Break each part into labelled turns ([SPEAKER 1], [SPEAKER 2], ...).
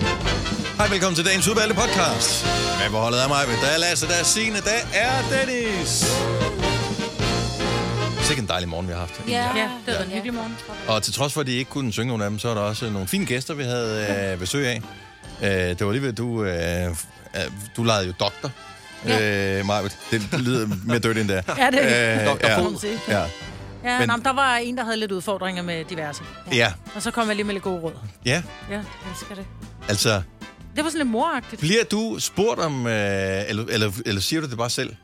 [SPEAKER 1] Godmorgen og velkommen til dagens udvalgte podcast. Med på holdet af mig, der er Lasse, der er Signe, der er Dennis. Sikke en dejlig morgen, vi har haft.
[SPEAKER 2] ja, det var en hyggelig morgen.
[SPEAKER 1] Og til trods for, at de ikke kunne synge nogen af dem, så er der også nogle fine gæster, vi havde øh, besøg af. Øh, det var lige ved, at du, øh, øh, du legede jo doktor. Ja. Øh, Marvitt. det lyder mere dødt end det er.
[SPEAKER 2] Ja, det er
[SPEAKER 1] Øh,
[SPEAKER 2] det. Doktor
[SPEAKER 1] ja,
[SPEAKER 2] Fod.
[SPEAKER 1] ja,
[SPEAKER 2] Ja,
[SPEAKER 1] Men-
[SPEAKER 2] men... Nå, men der var en, der havde lidt udfordringer med diverse.
[SPEAKER 1] ja,
[SPEAKER 2] Og så kom jeg lige med lidt gode råd.
[SPEAKER 1] ja,
[SPEAKER 2] Ja, jeg elsker det.
[SPEAKER 1] altså,
[SPEAKER 2] Det var sådan lidt moragtigt.
[SPEAKER 1] bliver du spurgt om, øh, eller, eller, eller siger du det bare selv?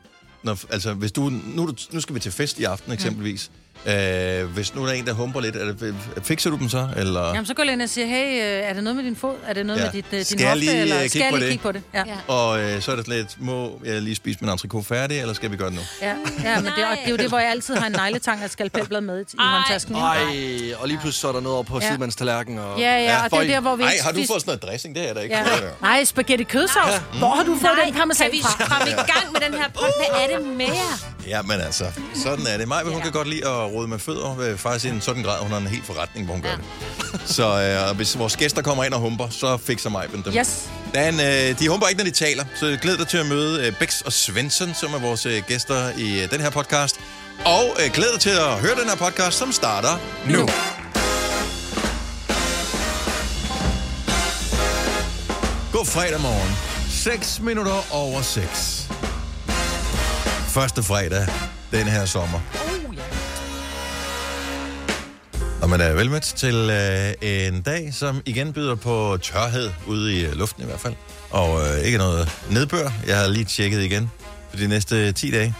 [SPEAKER 1] Når, altså, hvis du, nu, er du- nu skal vi til fest i aften eksempelvis. Øh, hvis nu er der en, der humper lidt, er det, fikser du dem så? Eller?
[SPEAKER 2] Jamen, så går jeg ind og siger, hey, øh, er det noget med din fod? Er det noget
[SPEAKER 1] Ja.
[SPEAKER 2] med dit, øh, din
[SPEAKER 1] Skal jeg
[SPEAKER 2] hofte?
[SPEAKER 1] lige, øh,
[SPEAKER 2] eller,
[SPEAKER 1] kigge
[SPEAKER 2] skal jeg
[SPEAKER 1] på
[SPEAKER 2] lige
[SPEAKER 1] det?
[SPEAKER 2] kigge på det? Ja. Ja.
[SPEAKER 1] Og øh, så er det sådan lidt, må jeg lige spise min entrecôte færdig, eller skal vi gøre det nu?
[SPEAKER 2] Ja, ja, men det, og det er jo det, hvor jeg altid har en negletang og et skalpelblad med i- i håndtasken. ikke?
[SPEAKER 3] Ej, og lige pludselig så er der noget op på
[SPEAKER 2] Ja.
[SPEAKER 3] ja. sidemandstallerkenen. Og...
[SPEAKER 2] Ja, ja, og det er
[SPEAKER 1] Føj.
[SPEAKER 2] jo der, hvor vi...
[SPEAKER 1] Ej,
[SPEAKER 2] ikke
[SPEAKER 1] har du
[SPEAKER 2] spiste-
[SPEAKER 1] fået sådan noget dressing? Det er der ikke.
[SPEAKER 2] Ja.
[SPEAKER 1] Ja.
[SPEAKER 2] Nej, spaghetti kødsovs. Hvor har du fået den parmesan
[SPEAKER 4] kan vi
[SPEAKER 2] fra?
[SPEAKER 4] komme i gang med den her pot? Hvad er det med jer?
[SPEAKER 1] Jamen altså, sådan er det. Maja, hun kan godt lide at rode med fødder. øh, Faktisk i en sådan grad, hun har en helt forretning, hvor hun gør det. Så øh, og hvis vores gæster kommer ind og humper, så fikser Maja dem.
[SPEAKER 2] Yes.
[SPEAKER 1] Dan, øh, de humper ikke, når de taler. Så glæd dig til at møde øh, Bex og Svensson, som er vores øh, gæster i øh, den her podcast. Og øh, glæd dig til at høre den her podcast, som starter nu. nu. God fredag morgen. 6 minutter over 6. Første fredag den her sommer. Og man er velmødt til øh, en dag, som igen byder på tørhed ude i øh, luften i hvert fald. Og øh, ikke noget nedbør. Jeg har lige tjekket igen for de næste 10 dage.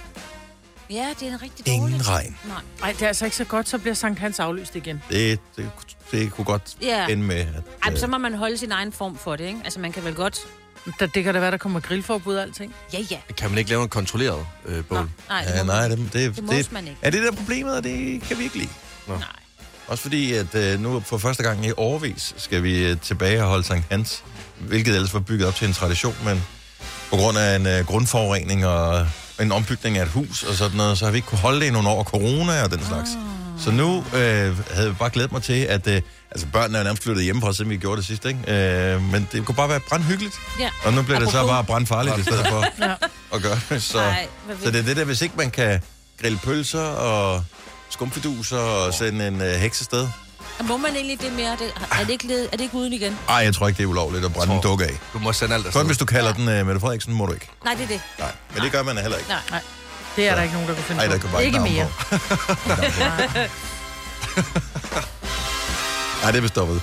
[SPEAKER 4] Ja, det er en rigtig dårlig.
[SPEAKER 1] Ingen regn.
[SPEAKER 4] Nej.
[SPEAKER 2] Nej, det er altså ikke så godt, så bliver Sankt Hans aflyst igen.
[SPEAKER 1] Det, det, det kunne godt
[SPEAKER 4] Ja.
[SPEAKER 1] ende med, at...
[SPEAKER 4] Ej, men
[SPEAKER 1] øh,
[SPEAKER 4] så må man holde sin egen form for det, ikke? Altså, man kan vel godt...
[SPEAKER 2] Der, det kan da være, der kommer grillforbud og alting.
[SPEAKER 4] Ja, ja.
[SPEAKER 3] Kan man ikke lave en kontrolleret øh, bål?
[SPEAKER 4] Nej, det
[SPEAKER 1] Ja,
[SPEAKER 4] må
[SPEAKER 1] nej, det, det,
[SPEAKER 4] Det mås man ikke.
[SPEAKER 1] Er det der problemet, og det kan vi ikke lide?
[SPEAKER 3] Nå.
[SPEAKER 4] Nej.
[SPEAKER 1] Også fordi, at øh, nu for første gang i årvis skal vi øh, tilbage og holde Sankt Hans, hvilket ellers var bygget op til en tradition, men på grund af en øh, grundforurening og en ombygning af et hus og sådan noget, så har vi ikke kunne holde det i nogle år, corona og den slags.
[SPEAKER 4] Ah.
[SPEAKER 1] Så nu øh, havde jeg bare glædet mig til, at øh, altså børnene er nærmest flyttet hjemmefra, siden vi gjorde det sidste, ikke? Øh, men det kunne bare være brandhyggeligt.
[SPEAKER 4] Ja.
[SPEAKER 1] Og nu bliver det så
[SPEAKER 4] Apropos.
[SPEAKER 1] bare brandfarligt i stedet for
[SPEAKER 2] Ja.
[SPEAKER 1] at gøre det. Så,
[SPEAKER 4] Ej, hvad
[SPEAKER 1] så det er det der, hvis ikke man kan grille pølser og skumfiduser og sende en øh, heks afsted.
[SPEAKER 4] Må man egentlig det mere? Det, er, det ikke, led- er det ikke uden igen?
[SPEAKER 1] Ej, jeg tror ikke, det er ulovligt at brænde en
[SPEAKER 3] Tror-
[SPEAKER 1] dukke af.
[SPEAKER 3] Du må sende alt afsted.
[SPEAKER 1] Kun hvis du kalder den øh, Mette Frederiksen, må du ikke.
[SPEAKER 4] Nej, det er det.
[SPEAKER 1] Nej, men det gør man heller ikke.
[SPEAKER 4] Nej.
[SPEAKER 2] Nej, det er der ikke nogen, der kan finde
[SPEAKER 1] Nej, der
[SPEAKER 2] på.
[SPEAKER 1] kan bare
[SPEAKER 2] ikke
[SPEAKER 1] navn
[SPEAKER 2] mere.
[SPEAKER 1] på. Nej, det er vist stoppet.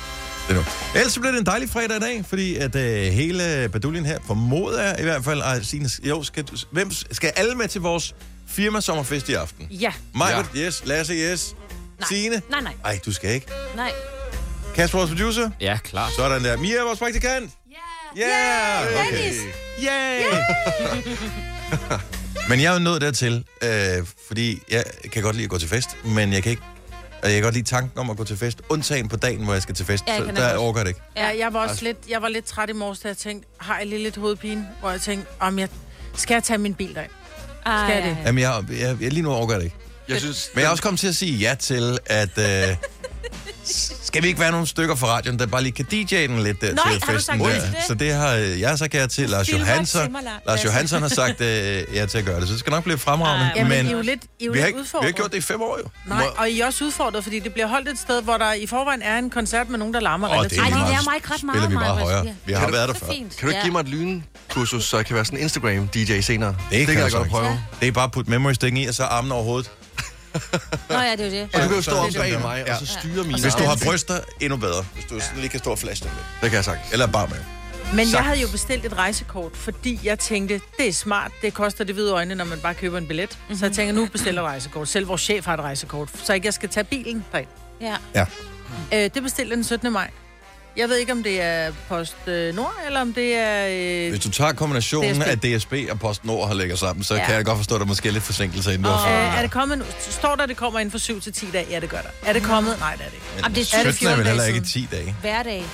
[SPEAKER 1] Det er nu. Ellers så bliver det en dejlig fredag i dag, fordi at øh, hele baduljen her formoder jeg i hvert fald, at Signe, jo, skal, du- hvem, skal alle med til vores firma sommerfest i aften?
[SPEAKER 2] Ja.
[SPEAKER 1] Maja, ja. yes. Lasse, yes.
[SPEAKER 4] Nej.
[SPEAKER 1] Signe?
[SPEAKER 4] Nej, nej,
[SPEAKER 1] Ej, du skal ikke.
[SPEAKER 4] nej.
[SPEAKER 1] Kasper, vores producer?
[SPEAKER 5] Ja, klart.
[SPEAKER 1] Sådan der. Mia, vores praktikant? Ja! Yeah. Yeah.
[SPEAKER 4] Dennis!
[SPEAKER 1] Yay! men jeg er jo nået dertil, øh, fordi jeg kan godt lide at gå til fest, men jeg kan ikke og jeg kan godt lide tanken om at gå til fest, undtagen på dagen, hvor jeg skal til fest.
[SPEAKER 4] Ja, jeg
[SPEAKER 1] så
[SPEAKER 4] kan
[SPEAKER 1] der
[SPEAKER 4] også.
[SPEAKER 1] overgår det ikke. Altså,
[SPEAKER 2] Ja, jeg var også lidt, jeg var lidt træt i morges, da jeg tænkte, har jeg lige lidt hovedpine? Hvor jeg tænkte, om jeg, skal jeg tage min bil derind?
[SPEAKER 4] Ej,
[SPEAKER 2] Skal det?
[SPEAKER 1] Jamen, jeg, jeg, jeg, lige nu overgår jeg det ikke.
[SPEAKER 3] Jeg synes,
[SPEAKER 1] Men jeg er også kommet til at sige ja til, at... Øh, skal vi ikke være nogle stykker fra radioen, der bare lige kan DJ'e den lidt der
[SPEAKER 4] Nej, har
[SPEAKER 1] til
[SPEAKER 4] du
[SPEAKER 1] festen?
[SPEAKER 4] sagt
[SPEAKER 1] der?
[SPEAKER 4] ja til det?
[SPEAKER 1] Så det har øh, jeg sagt ja til. Lars
[SPEAKER 4] Silver
[SPEAKER 1] Johansson,
[SPEAKER 4] Timmerland.
[SPEAKER 1] Lars
[SPEAKER 4] Ja.
[SPEAKER 1] Johansson har sagt øh, ja til at gøre det, så det skal nok blive fremragende.
[SPEAKER 4] Ej,
[SPEAKER 2] Jamen,
[SPEAKER 1] men
[SPEAKER 2] I er jo lidt, I er jo
[SPEAKER 1] vi, har ikke, vi
[SPEAKER 2] lidt
[SPEAKER 1] har
[SPEAKER 2] udfordret.
[SPEAKER 1] ikke gjort det i fem år jo.
[SPEAKER 2] Nej, og I er også udfordret, fordi det bliver holdt et sted, hvor der i forvejen er en koncert med nogen, der larmer
[SPEAKER 1] Åh,
[SPEAKER 2] relativt
[SPEAKER 1] det er
[SPEAKER 4] Ej,
[SPEAKER 2] meget.
[SPEAKER 4] de
[SPEAKER 1] meget.
[SPEAKER 4] lærer mig ikke ret meget.
[SPEAKER 1] Spiller vi bare
[SPEAKER 4] Maja.
[SPEAKER 1] højere.
[SPEAKER 4] Ja.
[SPEAKER 1] Vi har
[SPEAKER 4] Ja.
[SPEAKER 1] været der
[SPEAKER 4] Så
[SPEAKER 1] før.
[SPEAKER 4] fint.
[SPEAKER 3] kan du ikke
[SPEAKER 4] ja.
[SPEAKER 3] give mig et lynkursus, så jeg kan være sådan en Instagram-DJ senere?
[SPEAKER 1] Det,
[SPEAKER 3] kan jeg
[SPEAKER 1] så
[SPEAKER 3] godt
[SPEAKER 1] ikke.
[SPEAKER 3] prøve.
[SPEAKER 1] Det er bare at putte memory sting i, og så armen over hovedet.
[SPEAKER 4] Nå ja, det er jo det.
[SPEAKER 3] Og du kan jo stå
[SPEAKER 1] Ja.
[SPEAKER 3] om bag mig, og så styre mine
[SPEAKER 1] Hvis du har
[SPEAKER 3] arme.
[SPEAKER 1] bryster, endnu bedre. Hvis du sådan lige kan stå og flashe dem lidt.
[SPEAKER 3] Det kan jeg sagt.
[SPEAKER 1] Eller bare med.
[SPEAKER 2] Men jeg
[SPEAKER 3] Sagtens.
[SPEAKER 2] havde jo bestilt et rejsekort, fordi jeg tænkte, det er smart, det koster det hvide øjne, når man bare køber en billet. Mm-hmm.
[SPEAKER 4] Mhm.
[SPEAKER 2] Så jeg tænker, nu bestiller jeg rejsekort. Selv vores chef har et rejsekort, så ikke jeg skal tage bilen derind.
[SPEAKER 4] Ja.
[SPEAKER 1] Ja.
[SPEAKER 2] Øh, det bestilte jeg den 17. maj. Jeg ved ikke, om det er Post øh, Nord, eller om det er... Øh,
[SPEAKER 1] Hvis du tager kombinationen
[SPEAKER 2] DSB.
[SPEAKER 1] af DSB og PostNord har lægger sammen, så
[SPEAKER 2] Ja.
[SPEAKER 1] kan jeg godt forstå, at der måske er lidt forsinkelse inden du har fået.
[SPEAKER 2] Øh, er det kommet nu? Står der, det kommer inden for 7 til 10 dage? Ja, det gør der. Er det kommet? Nej, det er det
[SPEAKER 4] Mhm. Jamen, det er
[SPEAKER 1] 17
[SPEAKER 4] 14
[SPEAKER 1] er vel
[SPEAKER 2] dage
[SPEAKER 1] heller ikke 10 dage.
[SPEAKER 4] Hverdag.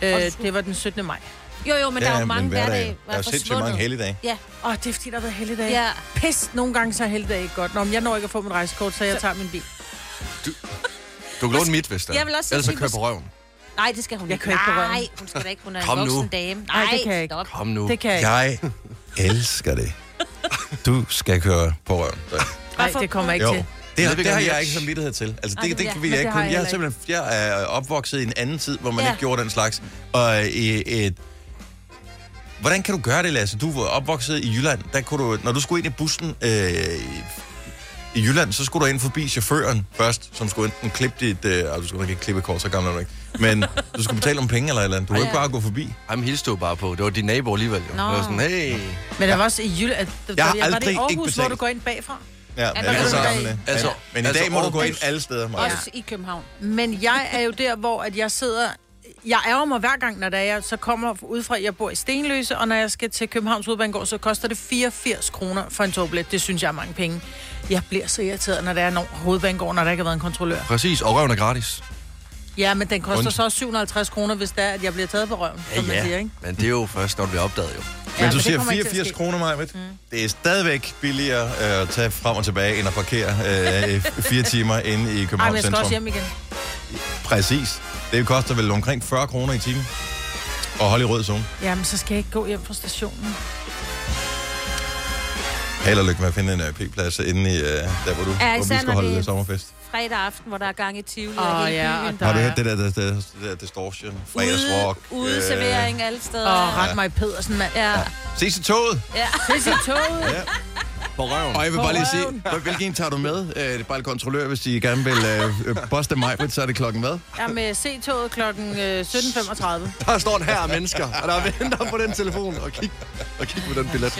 [SPEAKER 2] ikke. Øh, det var den 17. maj.
[SPEAKER 4] Jo, jo, men der er jo mange hverdage.
[SPEAKER 1] Der er jo sindssygt mange helligdage.
[SPEAKER 4] Ja,
[SPEAKER 2] Åh, det er fordi, der har været helligdag.
[SPEAKER 4] Ja.
[SPEAKER 2] Pis, nogle gange så er helligdag ikke godt. Nå, men jeg når ikke at få mit rejsekort, så jeg tager min bil.
[SPEAKER 3] Du kan låne mit, hvis det er.
[SPEAKER 4] Jeg vil også
[SPEAKER 3] Ellers så
[SPEAKER 4] sige,
[SPEAKER 3] kører
[SPEAKER 4] hvis-
[SPEAKER 3] på røven.
[SPEAKER 4] Nej, det skal hun
[SPEAKER 2] Jeg
[SPEAKER 4] ikke.
[SPEAKER 2] kører ikke på
[SPEAKER 4] Nej,
[SPEAKER 2] røven.
[SPEAKER 4] hun skal da ikke. Hun er en
[SPEAKER 3] Kom nu.
[SPEAKER 4] voksen dame. Nej,
[SPEAKER 2] det kan jeg ikke.
[SPEAKER 4] Stop.
[SPEAKER 3] Kom nu.
[SPEAKER 2] Det kan jeg ikke.
[SPEAKER 1] Jeg elsker det. Du skal køre på røven. Så.
[SPEAKER 2] Nej, det kommer jeg ikke
[SPEAKER 1] Jo.
[SPEAKER 2] til.
[SPEAKER 1] Det, har,
[SPEAKER 3] Det vil
[SPEAKER 1] det har
[SPEAKER 3] gerne
[SPEAKER 1] jeg
[SPEAKER 3] jeg.
[SPEAKER 1] ikke samvittighed til. Altså, det,
[SPEAKER 4] men
[SPEAKER 1] det, det
[SPEAKER 4] ja,
[SPEAKER 1] kan
[SPEAKER 4] men
[SPEAKER 1] vi ikke
[SPEAKER 2] det har
[SPEAKER 1] kunne.
[SPEAKER 2] jeg
[SPEAKER 1] Jeg er
[SPEAKER 2] heller
[SPEAKER 1] simpelthen jeg er opvokset i en anden tid, hvor man
[SPEAKER 4] Ja.
[SPEAKER 1] ikke gjorde den slags. Og øh, i et... Hvordan kan du gøre det, Lasse? Du var opvokset i Jylland. Der kunne du, når du skulle ind i bussen øh, i- i Jylland, så skulle du ind forbi chaufføren først, som skulle enten klippe dit... Øh, ej, du skulle nok ikke klippe et kort, så gammel er du ikke. Men du skulle betale om penge eller et eller andet. Du kunne
[SPEAKER 4] Ej,
[SPEAKER 1] ikke
[SPEAKER 4] ja.
[SPEAKER 1] bare gå forbi.
[SPEAKER 3] Jamen, hilste stod bare på. Det var din nabo alligevel. Jo.
[SPEAKER 4] Nå.
[SPEAKER 3] Det var sådan, hey.
[SPEAKER 2] Men der var også i Jylland... at- der-
[SPEAKER 1] Jeg har
[SPEAKER 2] der- var det
[SPEAKER 1] aldrig
[SPEAKER 2] i
[SPEAKER 1] ikke
[SPEAKER 2] Aarhus, hvor
[SPEAKER 1] betalt.
[SPEAKER 2] du går ind bagfra?
[SPEAKER 1] Ja, men
[SPEAKER 4] der
[SPEAKER 1] alle
[SPEAKER 4] kan du
[SPEAKER 1] sammen
[SPEAKER 4] i dag.
[SPEAKER 1] det.
[SPEAKER 3] Altså-
[SPEAKER 1] men i
[SPEAKER 3] altså
[SPEAKER 1] dag må du gå ind
[SPEAKER 3] Aarhus.
[SPEAKER 1] alle steder, Maja.
[SPEAKER 4] Også i København.
[SPEAKER 2] Men jeg er jo der, hvor at jeg sidder... Jeg ærger mig hver gang, når der er, jeg så kommer ud fra, at jeg bor i Stenløse, og når jeg skal til Københavns Udbanegård, så koster det 84 kroner for en togbillet. Det synes jeg er mange penge. Jeg bliver så irriteret, når der er nogen hovedbanegård, når der ikke har været en kontrollør.
[SPEAKER 3] Præcis, og røven er gratis.
[SPEAKER 2] Ja, men den koster
[SPEAKER 1] Und-
[SPEAKER 2] så også 750 kroner, hvis det er, at jeg bliver taget på røven, som man siger, ikke?
[SPEAKER 3] Men det er jo først, når det bliver opdaget jo.
[SPEAKER 2] Ja,
[SPEAKER 1] Men ja, du
[SPEAKER 2] det
[SPEAKER 1] siger
[SPEAKER 2] kommer ikke til at
[SPEAKER 1] 84
[SPEAKER 2] ske.
[SPEAKER 1] kroner, Majbet. Mm. Det er stadigvæk billigere øh, at tage frem og tilbage, end at parkere øh, i fire timer inde i
[SPEAKER 2] Ej, men
[SPEAKER 1] København
[SPEAKER 2] jeg skal
[SPEAKER 1] Centrum.
[SPEAKER 2] også hjem igen.
[SPEAKER 1] Præcis. Det koster vel omkring 40 kroner i timen at holde i rød zone.
[SPEAKER 2] Jamen, så skal jeg ikke gå hjem fra stationen.
[SPEAKER 1] Held og lykke med at finde en øh, p-plads inde i, øh, der, hvor du
[SPEAKER 4] Ja,
[SPEAKER 1] hvor vi
[SPEAKER 4] især
[SPEAKER 1] skal
[SPEAKER 4] når
[SPEAKER 1] holde
[SPEAKER 4] det er-
[SPEAKER 1] øh, sommerfest.
[SPEAKER 4] Fredag aften, hvor der er gang i Tivoli
[SPEAKER 2] Åh,
[SPEAKER 4] og hele
[SPEAKER 2] ja,
[SPEAKER 4] byen.
[SPEAKER 2] og der-
[SPEAKER 1] Har du hørt det der, der, der, der distortion, fredagsrock?
[SPEAKER 4] Ude, ude servering alle steder.
[SPEAKER 2] Og ret mig Pedersen, mand.
[SPEAKER 4] Ja,
[SPEAKER 1] Øh, ses i toget!
[SPEAKER 4] ja.
[SPEAKER 2] Ses i toget.
[SPEAKER 3] På røven.
[SPEAKER 1] Og jeg vil
[SPEAKER 2] På
[SPEAKER 1] bare lige
[SPEAKER 2] røven.
[SPEAKER 1] se, hvilken en tager du med? Øh, Det er bare et kontrollør, hvis de gerne vil øh, øh, poste mig, så er det klokken hvad?
[SPEAKER 2] Jeg er med C-toget øh, kl. 17.35.
[SPEAKER 3] Der står en her af mennesker, og der venter på den telefon og kig, og kig på den billet.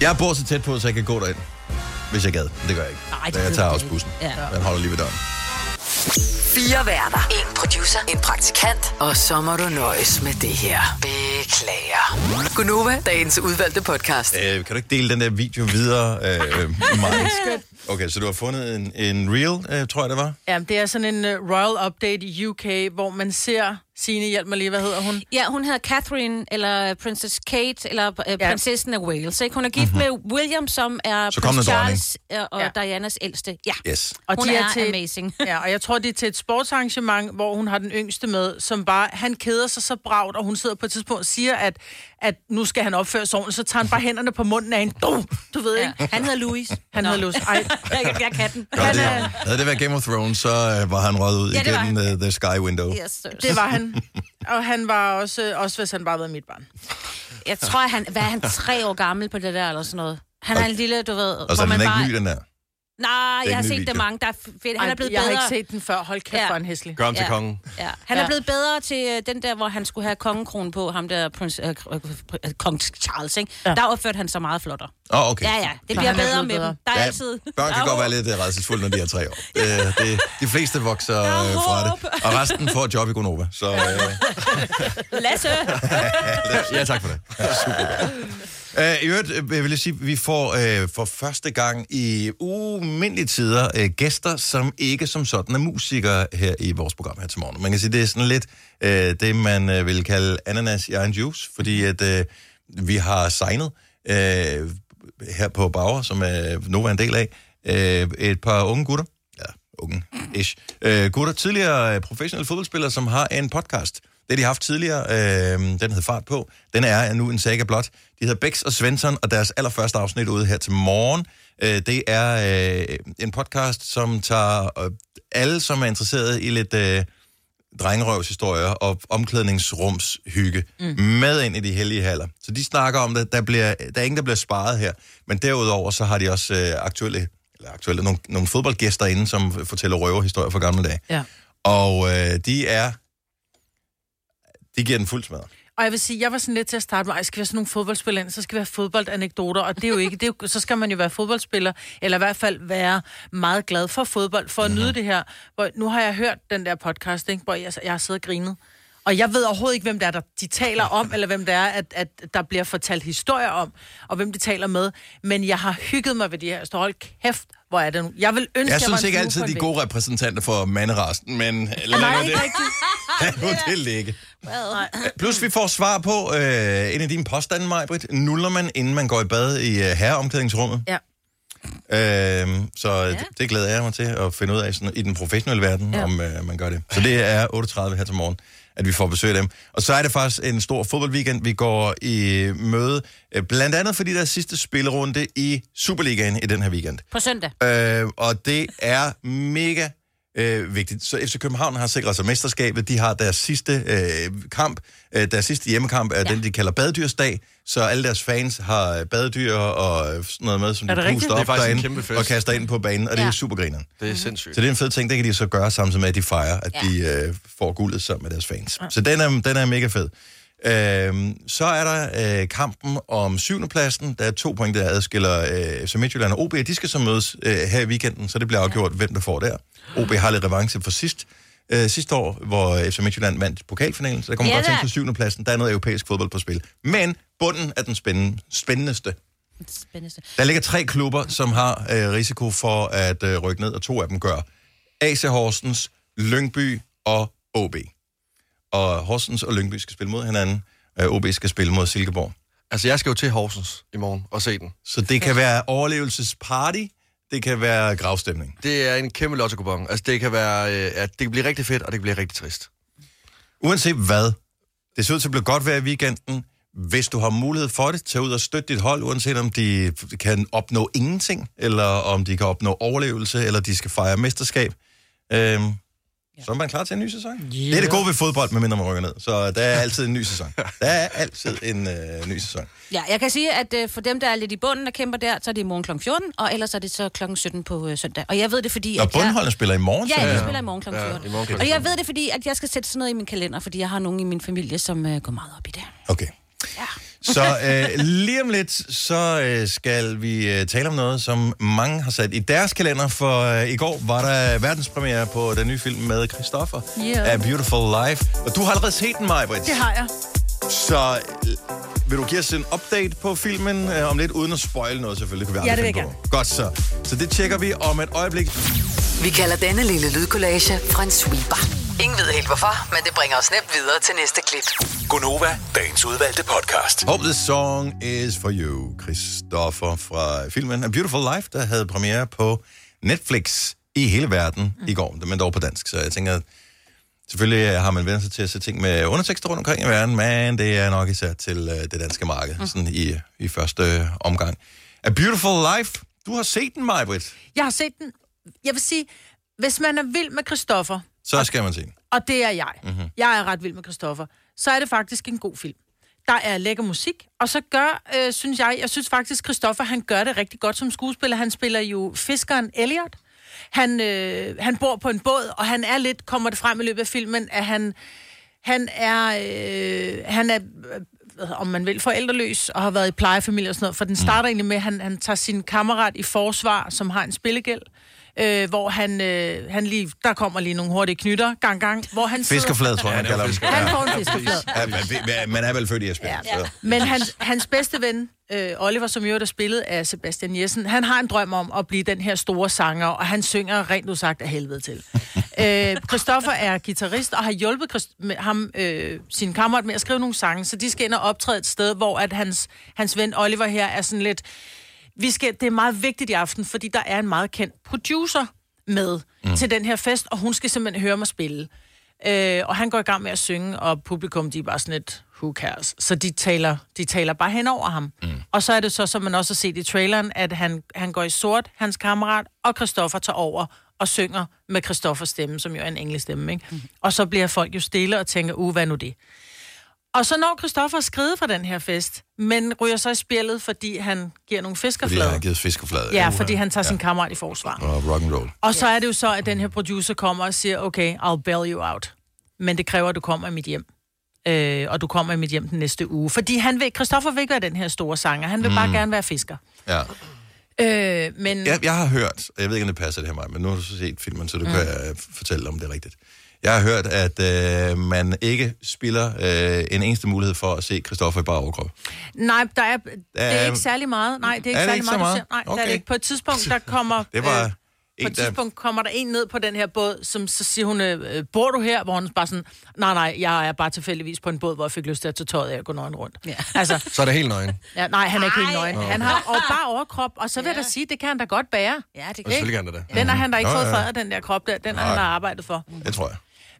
[SPEAKER 1] Jeg bor så tæt på, så jeg kan gå derind. Hvis jeg gad. Men Det gør jeg ikke.
[SPEAKER 4] Ej, det
[SPEAKER 1] Men jeg
[SPEAKER 4] ved
[SPEAKER 1] tager
[SPEAKER 4] jeg
[SPEAKER 1] også
[SPEAKER 4] ikke.
[SPEAKER 1] bussen.
[SPEAKER 4] Ja.
[SPEAKER 1] Den holder lige ved døren.
[SPEAKER 5] Fire værter. En producer. En praktikant. Og så må du nøjes med det her. Beklager. Gunova, dagens udvalgte podcast.
[SPEAKER 1] Øh, kan du ikke dele den der video videre, øh, øh, Maja? Okay, så du har fundet en, en reel, øh, tror jeg det var?
[SPEAKER 2] Ja, det er sådan en øh, Royal Update i UK, hvor man ser Signe hjælp mig lige, hvad hedder hun?
[SPEAKER 4] ja, hun hedder Catherine, eller Princess Kate, eller øh,
[SPEAKER 2] Ja.
[SPEAKER 4] prinsessen af Wales. Ikke? Hun er gift mm-hmm. med William, som er
[SPEAKER 1] Så kom
[SPEAKER 4] prins
[SPEAKER 1] der dronning.
[SPEAKER 4] Charles øh, og
[SPEAKER 2] Ja.
[SPEAKER 4] ja. Dianas ældste. Ja,
[SPEAKER 1] Yes.
[SPEAKER 2] Og
[SPEAKER 4] hun
[SPEAKER 2] de
[SPEAKER 4] er,
[SPEAKER 2] er til-
[SPEAKER 4] amazing.
[SPEAKER 2] Ja, og jeg tror, det er til et sportsarrangement, hvor hun har den yngste med, som bare, han keder sig så bragt, og hun sidder på et tidspunkt og siger, at, at nu skal han opføre sig ordentligt, så tager han bare hænderne på munden af hende. Du, du ved
[SPEAKER 4] Ja.
[SPEAKER 2] ikke.
[SPEAKER 4] Han hedder Louis.
[SPEAKER 2] Han havde lyst. Ej,
[SPEAKER 4] jeg, jeg kan den.
[SPEAKER 1] Godt,
[SPEAKER 2] Han
[SPEAKER 1] det,
[SPEAKER 2] er-
[SPEAKER 1] havde det været Game of Thrones, så øh, var han røget ud
[SPEAKER 4] Ja,
[SPEAKER 1] ja,
[SPEAKER 4] det var
[SPEAKER 1] igennem uh, The Sky Window. Yes.
[SPEAKER 4] Yes, sir.
[SPEAKER 2] det var han. Og han var også, også hvis han bare var mit barn.
[SPEAKER 4] Jeg tror, han, hvad er han, tre år gammel på det der, eller sådan noget. Han er en lille, du ved...
[SPEAKER 1] Og så Altså, er
[SPEAKER 4] hvor
[SPEAKER 1] den
[SPEAKER 4] man
[SPEAKER 1] ikke
[SPEAKER 4] bare...
[SPEAKER 1] ny, den der.
[SPEAKER 4] Nej, jeg har
[SPEAKER 1] ny
[SPEAKER 4] set
[SPEAKER 1] video.
[SPEAKER 4] det mange, der er fedt. Han
[SPEAKER 2] Ej,
[SPEAKER 4] er blevet
[SPEAKER 2] jeg
[SPEAKER 4] bedre.
[SPEAKER 2] har ikke set den før. Hold kæft,
[SPEAKER 4] Ja.
[SPEAKER 2] ja. for en hæslig.
[SPEAKER 3] Gør ham til
[SPEAKER 4] Ja.
[SPEAKER 3] kongen.
[SPEAKER 4] Ja. Han er
[SPEAKER 2] Ja.
[SPEAKER 4] blevet bedre til øh, den der, hvor han skulle have kongekronen på, ham der prins, øh, øh, øh, kong Charles, ikke?
[SPEAKER 2] Ja.
[SPEAKER 4] Ja. Der opførte han sig meget flottere.
[SPEAKER 1] Åh, oh, okay.
[SPEAKER 4] Ja, ja, det
[SPEAKER 2] han
[SPEAKER 4] bliver
[SPEAKER 2] er
[SPEAKER 4] bedre
[SPEAKER 2] blevet
[SPEAKER 4] med
[SPEAKER 2] bedre.
[SPEAKER 4] dem. Der er altid...
[SPEAKER 1] Børn kan
[SPEAKER 4] der er
[SPEAKER 1] godt være
[SPEAKER 4] håb.
[SPEAKER 1] lidt øh, rædselsfulde, når de er tre år. Øh, det, de fleste vokser
[SPEAKER 4] er
[SPEAKER 1] øh, fra det.
[SPEAKER 4] håb.
[SPEAKER 1] Og resten får et job i Gonova. Så øh,
[SPEAKER 4] Lasse!
[SPEAKER 1] ja, tak for det. Super godt. Øh, I øvrigt øh, jeg vil jeg sige, at vi får øh, for første gang i umindelige tider øh, gæster, som ikke som sådan er musikere her i vores program her til morgen. Man kan sige, det er sådan lidt øh, det, man øh, vil kalde ananas i egen juice, fordi at øh, vi har signet øh, her på Bauer, som øh, Nova er en del af, øh, et par unge gutter, ja, unge ish, øh, gutter, tidligere øh, professionelle fodboldspillere, som har en podcast. Det har de haft tidligere, øh, den hed Fart på. Den er nu en saga blot. De hedder Bex og Svensson, og deres allerførste afsnit ude her til morgen. Øh, det er øh, en podcast, som tager øh, alle, som er interesseret i lidt... Øh, drengerøvshistorier og omklædningsrumshygge mm. med ind i de hellige haller. Så de snakker om det. Der, bliver, der er ingen, der bliver sparet her. Men derudover så har de også øh, aktuelle, eller aktuelle nogle, nogle fodboldgæster inde, som fortæller røverhistorier fra gamle dage.
[SPEAKER 2] Ja.
[SPEAKER 1] Og øh, de er... De giver den fuld smadre.
[SPEAKER 2] Og jeg vil sige, jeg var sådan lidt til at starte med, "Ej, skal vi have sådan nogle fodboldspillere ind, så skal vi have fodboldanekdoter, og det er jo ikke, det er jo, så skal man jo være fodboldspiller, eller i hvert fald være meget glad for fodbold, for at mm-hmm. nyde det her. Hvor, nu har jeg hørt den der podcast, ikke, hvor jeg, jeg har siddet og grinet, og jeg ved overhovedet ikke, hvem det er, der de taler om, eller hvem det er, at, at der bliver fortalt historier om, og hvem de taler med, men jeg har hygget mig ved de her, jeg står, hold kæft, hvor er det nu. Jeg vil ønske,
[SPEAKER 1] Jeg
[SPEAKER 2] var
[SPEAKER 1] synes
[SPEAKER 2] en
[SPEAKER 1] ikke
[SPEAKER 2] flue
[SPEAKER 1] altid,
[SPEAKER 2] på en
[SPEAKER 1] de er
[SPEAKER 2] væg.
[SPEAKER 1] gode repræsentanter for manderasten, men lad
[SPEAKER 2] Nej,
[SPEAKER 1] nu
[SPEAKER 2] ikke
[SPEAKER 1] det,
[SPEAKER 2] rigtigt.
[SPEAKER 1] lad nu det ligge. Øh, Plus vi får svar på øh, en af dine påstande, Majbrit. Nuller man, inden man går i bad i øh, herreomklædningsrummet?
[SPEAKER 2] Ja.
[SPEAKER 1] Øhm, så ja. det, det glæder jeg mig til at finde ud af sådan, i den professionelle verden, ja. om øh, man gør det. Så det er 38 her til morgen, at vi får besøg af dem. Og så er det faktisk en stor fodboldweekend. Vi går i møde, øh, blandt andet fordi der er sidste spillerunde i Superligaen i den her weekend.
[SPEAKER 4] På søndag.
[SPEAKER 1] Øh, og det er mega øh, vigtigt. Så FC København har sikret sig mesterskabet. De har deres sidste øh, kamp. Øh, deres sidste hjemmekamp er ja. den, de kalder badedyrsdag. Så alle deres fans har øh, badedyr og øh, sådan noget med, som
[SPEAKER 2] Er
[SPEAKER 1] de
[SPEAKER 2] det
[SPEAKER 1] puster
[SPEAKER 2] rigtigt?
[SPEAKER 1] op
[SPEAKER 3] Det er faktisk en
[SPEAKER 1] derinde
[SPEAKER 3] kæmpe fest.
[SPEAKER 1] og kaster ind på banen. Og ja. det
[SPEAKER 4] Ja.
[SPEAKER 1] er supergrineren.
[SPEAKER 3] Det er sindssygt.
[SPEAKER 1] Så det er en fed ting, det kan de så gøre samtidig med, at de fejrer, at ja.
[SPEAKER 4] Ja.
[SPEAKER 1] de øh, får guldet sammen med deres fans. Så den er, den er mega fed. Øhm, så er der øh, kampen om syvendepladsen. Der er to point, der adskiller øh, FC Midtjylland og OB. De skal så mødes øh, her i weekenden, så det bliver afgjort, ja. hvem der får der. OB har lidt revanche for sidst. Øh, sidste år, hvor FC Midtjylland vandt pokalfinalen, så der kommer
[SPEAKER 4] Ja
[SPEAKER 1] ja, godt til
[SPEAKER 4] da.
[SPEAKER 1] på syvendepladsen. Der er noget europæisk fodbold på spil. Men bunden er den spændende, spændendeste.
[SPEAKER 4] Spændende.
[SPEAKER 1] Der ligger tre klubber, som har øh, risiko for at øh, rykke ned, og to af dem gør. AC Horsens, Lyngby og OB. Og Horsens og Lyngby skal spille mod hinanden. Øh, OB skal spille mod Silkeborg.
[SPEAKER 3] Altså, jeg skal jo til Horsens i morgen og se den.
[SPEAKER 1] Så det kan være overlevelsesparty, det kan være gravstemning.
[SPEAKER 3] Det er en kæmpe lotto Altså, det kan være, øh, at det kan blive rigtig fedt, og det kan blive rigtig trist.
[SPEAKER 1] Uanset hvad, det ser ud til at blive godt vejr i weekenden. Hvis du har mulighed for det, tag ud og støt dit hold, uanset om de kan opnå ingenting, eller om de kan opnå overlevelse, eller de skal fejre mesterskab. Øhm, så er man klar til en ny sæson. Yeah. Det er det gode ved fodbold, medmindre man rykker ned. Så der er altid en ny sæson. Der er altid en øh, ny sæson.
[SPEAKER 4] Ja, jeg kan sige, at øh, for dem, der er lidt i bunden og kæmper der, så er det i morgen kl. 14, og ellers er det så kl. 17 på øh, søndag. Og jeg ved det, fordi...
[SPEAKER 1] Når
[SPEAKER 4] at jeg...
[SPEAKER 1] bundholdene spiller i morgen, så...
[SPEAKER 4] Ja, jeg spiller i morgen kl. 14.
[SPEAKER 3] Ja, i morgen kl.
[SPEAKER 4] Og jeg ved det, fordi at jeg skal sætte sådan noget i min kalender, fordi jeg har nogen i min familie, som øh, går meget op i det.
[SPEAKER 1] Okay. Så øh, lige om lidt, så øh, skal vi øh, tale om noget, som mange har sat i deres kalender, for øh, i går var der verdenspremiere på den nye film med Christoffer,
[SPEAKER 2] Yeah.
[SPEAKER 1] A Beautiful Life. Og du har allerede set den, Maja
[SPEAKER 2] Det har jeg.
[SPEAKER 1] Så øh, vil du give os en update på filmen øh, om lidt, uden at spoil noget selvfølgelig? Kan vi
[SPEAKER 2] Ja,
[SPEAKER 1] aldrig
[SPEAKER 2] det vil
[SPEAKER 1] finde
[SPEAKER 2] jeg
[SPEAKER 1] på. Godt så. Så det tjekker vi om et øjeblik.
[SPEAKER 5] Vi kalder denne lille lydkollage Frans sweeper. Ingen ved helt hvorfor, men det bringer os nemt videre til næste klip.
[SPEAKER 6] Gunova, dagens udvalgte podcast.
[SPEAKER 1] Hope the song is for you, Christoffer fra filmen A Beautiful Life, der havde premiere på Netflix i hele verden mm. i går, men dog på dansk. Så jeg tænker, at selvfølgelig øh, har man vendt sig til at se ting med undertekster rundt omkring i verden, men det er nok især til øh, det danske marked mm. sådan i, i første øh, omgang. A Beautiful Life, du har set den, Majbrit.
[SPEAKER 2] Jeg har set den. Jeg vil sige, hvis man er vild med Christoffer,
[SPEAKER 1] Så skal man se den. Mhm.
[SPEAKER 2] og det er jeg, mm-hmm. jeg er ret vild med Christoffer, så er det faktisk en god film. Der er lækker musik, og så gør, øh, synes jeg, jeg synes faktisk, Christoffer, han gør det rigtig godt som skuespiller. Han spiller jo fiskeren Elliot. Han, øh, han bor på en båd, og han er lidt, kommer det frem i løbet af filmen, at han, han er, øh, han er øh, hvad hedder- om man vil, forældreløs og har været i plejefamilie og sådan noget, for
[SPEAKER 1] Mm.
[SPEAKER 2] den starter egentlig med, at han, han tager sin kammerat i forsvar, som har en spillegæld, øh, hvor han, øh, han lige, der kommer lige nogle hurtige knytter, gang gang, hvor han sidder-
[SPEAKER 1] Fiskerflad, tror jeg, han kalder den.
[SPEAKER 3] fisker.
[SPEAKER 2] Han får en fiskeflad.
[SPEAKER 1] Ja, man, man er vel født i Esbjerg. Ja. Så.
[SPEAKER 2] Men hans, hans bedste ven, øh, Oliver, som jo er spillet af Sebastian Jessen, han har en drøm om at blive den her store sanger, og han synger rent udsagt af helvede til. øh, Christoffer er gitarrist og har hjulpet Christ- med ham, øh, sin kammerat med at skrive nogle sange, så de skal ind og optræde et sted, hvor at hans, hans ven Oliver her er sådan lidt... Vi skal, det er meget vigtigt i aften, fordi der er en meget kendt producer med mm. til den her fest, og hun skal simpelthen høre mig spille. Øh, og han går i gang med at synge, og publikum, de er bare sådan lidt, who cares? Så de taler, de taler bare hen over ham. Mm. Og så er det så, som man også har set i traileren, at han, han går i sort, hans kammerat, og Christoffer tager over og synger med Christoffers stemme, som jo er en engelsk stemme, ikke? Mm. Og så bliver folk jo stille og tænker, uh, hvad er nu det? Og så når Christoffer at skride fra den her fest, men ryger så i spillet, fordi han giver nogle
[SPEAKER 1] Fordi han
[SPEAKER 2] fiskerflader.
[SPEAKER 1] har givet fiskerflad.
[SPEAKER 2] Ja, fordi han tager sin kammerat i forsvar.
[SPEAKER 1] Og rock and roll.
[SPEAKER 2] Og så er det jo så, at den her producer kommer og siger, okay, I'll bail you out. Men det kræver, at du kommer i mit hjem. Øh, og du kommer i mit hjem den næste uge. Fordi han vil, Christoffer vil ikke være den her store sanger. Han vil mm. bare gerne være fisker.
[SPEAKER 1] Ja.
[SPEAKER 2] Øh, men ja.
[SPEAKER 1] Jeg, jeg har hørt, og jeg ved ikke, om det passer det her mig, men nu har du så set filmen, så du mm. kan øh, fortælle, om det er rigtigt. Jeg har hørt, at øh, man ikke spiller øh, en eneste mulighed for at se Christoffer i bare overkrop.
[SPEAKER 2] nej, der er, det er
[SPEAKER 1] Øh,
[SPEAKER 2] ikke særlig meget. Nej, det er ikke
[SPEAKER 1] er det
[SPEAKER 2] særlig
[SPEAKER 1] ikke så
[SPEAKER 2] meget, du
[SPEAKER 1] meget?
[SPEAKER 2] ser. Nej, okay. der er
[SPEAKER 1] Okay.
[SPEAKER 2] det ikke. På et tidspunkt, der kommer...
[SPEAKER 1] Det var
[SPEAKER 2] øh,
[SPEAKER 1] øh.
[SPEAKER 2] på
[SPEAKER 1] en,
[SPEAKER 2] et
[SPEAKER 1] der-
[SPEAKER 2] tidspunkt kommer der en ned på den her båd, som så siger hun, øh, bor du her? Hvor hun bare sådan, nej, nej, jeg er bare tilfældigvis på en båd, hvor jeg fik lyst til at tage tøjet af og gå nøgen rundt. Ja. Altså,
[SPEAKER 3] Så er det helt nøgen.
[SPEAKER 2] ja, nej, han er ikke helt nøgen. Han har og bare overkrop, og så vil jeg da sige, det kan han da godt bære.
[SPEAKER 4] Ja, det kan
[SPEAKER 3] Selvfølgelig gerne det.
[SPEAKER 2] Den har han da ikke
[SPEAKER 1] Nå,
[SPEAKER 2] fået
[SPEAKER 1] ja.
[SPEAKER 2] fred den der krop der. Den har han da arbejdet for.
[SPEAKER 1] Det tror jeg.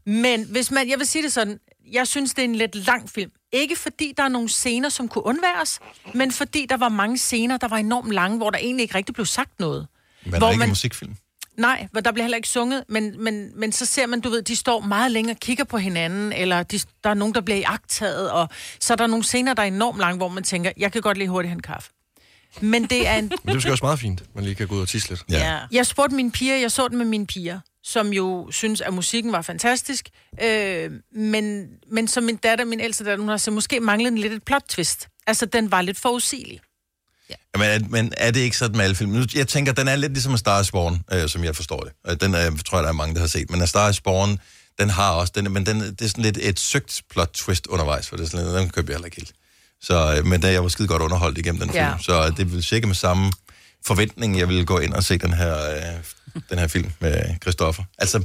[SPEAKER 2] Men hvis man, jeg vil sige det sådan, jeg synes, det er en lidt lang film. Ikke fordi der er nogle scener, som kunne undværes, men fordi der var mange scener, der var enormt lange, hvor der egentlig ikke rigtig blev sagt noget.
[SPEAKER 1] Men er
[SPEAKER 2] Hvor
[SPEAKER 1] der ikke
[SPEAKER 2] man-
[SPEAKER 1] en musikfilm?
[SPEAKER 2] Nej, hvor der bliver heller ikke sunget, men, men, men så ser man, du ved, de står meget længere og kigger på hinanden, eller de, der er nogen, der bliver iagtaget, og så er der nogle scener, der er enormt lange, hvor man tænker, jeg kan godt lige hurtigt have en kaffe. Men det er en
[SPEAKER 3] Men det er måske også meget fint, man lige kan gå ud og tisse lidt.
[SPEAKER 1] Ja.
[SPEAKER 2] Jeg spurgte mine piger, jeg så den med mine piger, som jo synes at musikken var fantastisk, øh, men, men som min datter, min ældste datter, hun har så måske manglet en lidt et plot twist. Altså, den var lidt forudsigelig.
[SPEAKER 1] Men er, men er det ikke sådan med alle film? Nu, jeg tænker, den er lidt ligesom A Star is Born, øh, som jeg forstår det. Øh, Den er, tror jeg, der er mange, der har set. Men A Star is Born, den har også... Den, men den, det er sådan lidt et søgt plot twist undervejs, for det er sådan lidt, den køber jeg heller ikke helt. Så, øh, men da jeg var skide godt underholdt igennem den film,
[SPEAKER 2] Ja.
[SPEAKER 1] ja. så øh, det vil cirka med samme forventning, jeg ville gå ind og se den her, øh, den her film med Christoffer. Altså,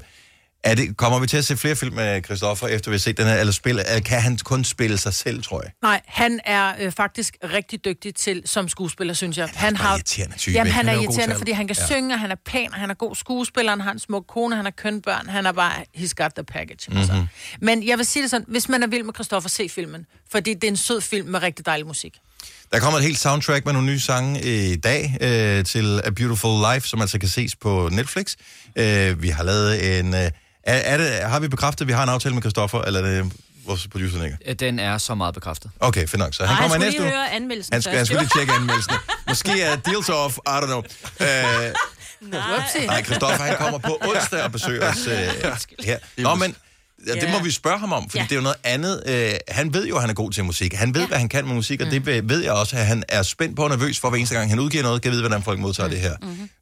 [SPEAKER 1] er det, kommer vi til at se flere film med Christoffer, efter vi har set den her, eller spille, øh, kan han kun spille sig selv, tror jeg?
[SPEAKER 2] Nej, han er øh, faktisk rigtig dygtig til som skuespiller, synes jeg. Han
[SPEAKER 1] bare
[SPEAKER 2] har
[SPEAKER 1] irriterende type,
[SPEAKER 2] Jamen,
[SPEAKER 1] ikke?
[SPEAKER 2] han,
[SPEAKER 1] Han
[SPEAKER 2] er,
[SPEAKER 1] er jo god til
[SPEAKER 2] irriterende,
[SPEAKER 1] alt.
[SPEAKER 2] fordi han kan ja. synge, og han er pæn, og han er god skuespiller, han har en smuk kone, han har kønbørn, han er bare, he's got the package. Mm-hmm.
[SPEAKER 1] Mhm.
[SPEAKER 2] Altså. Men jeg vil sige det sådan, hvis man er vild med Christoffer, se filmen, fordi det er en sød film med rigtig dejlig musik.
[SPEAKER 1] Der kommer et helt soundtrack med nogle nye sange øh, i dag øh, til A Beautiful Life, som altså kan ses på Netflix. Øh, vi har lavet en... Øh, er, er det, har vi bekræftet, at vi har en aftale med Christoffer, eller er det vores producer, ikke?
[SPEAKER 7] Øh, Den er så meget bekræftet.
[SPEAKER 1] Okay, fint nok. Så han
[SPEAKER 4] Ej, han
[SPEAKER 1] kommer i
[SPEAKER 4] skulle
[SPEAKER 1] næste
[SPEAKER 4] lige
[SPEAKER 1] uge.
[SPEAKER 4] høre anmeldelsen
[SPEAKER 1] Han skulle, han
[SPEAKER 4] først.
[SPEAKER 1] skulle lige tjekke anmeldelsen. Måske er deals off, I don't know. Øh, nej, Christoffer, han kommer på onsdag og besøger os øh, her. Nå, men ja, det må vi spørge ham om, for
[SPEAKER 4] Ja.
[SPEAKER 1] det er jo noget andet. Øh, han ved jo, at han er god til musik. Han ved, hvad han kan med musik, og det ved-
[SPEAKER 2] Mm.
[SPEAKER 1] ved jeg også, at han er spændt på og nervøs for, hver eneste gang han udgiver noget, kan vide, hvordan folk
[SPEAKER 2] Mm.
[SPEAKER 1] modtager det her.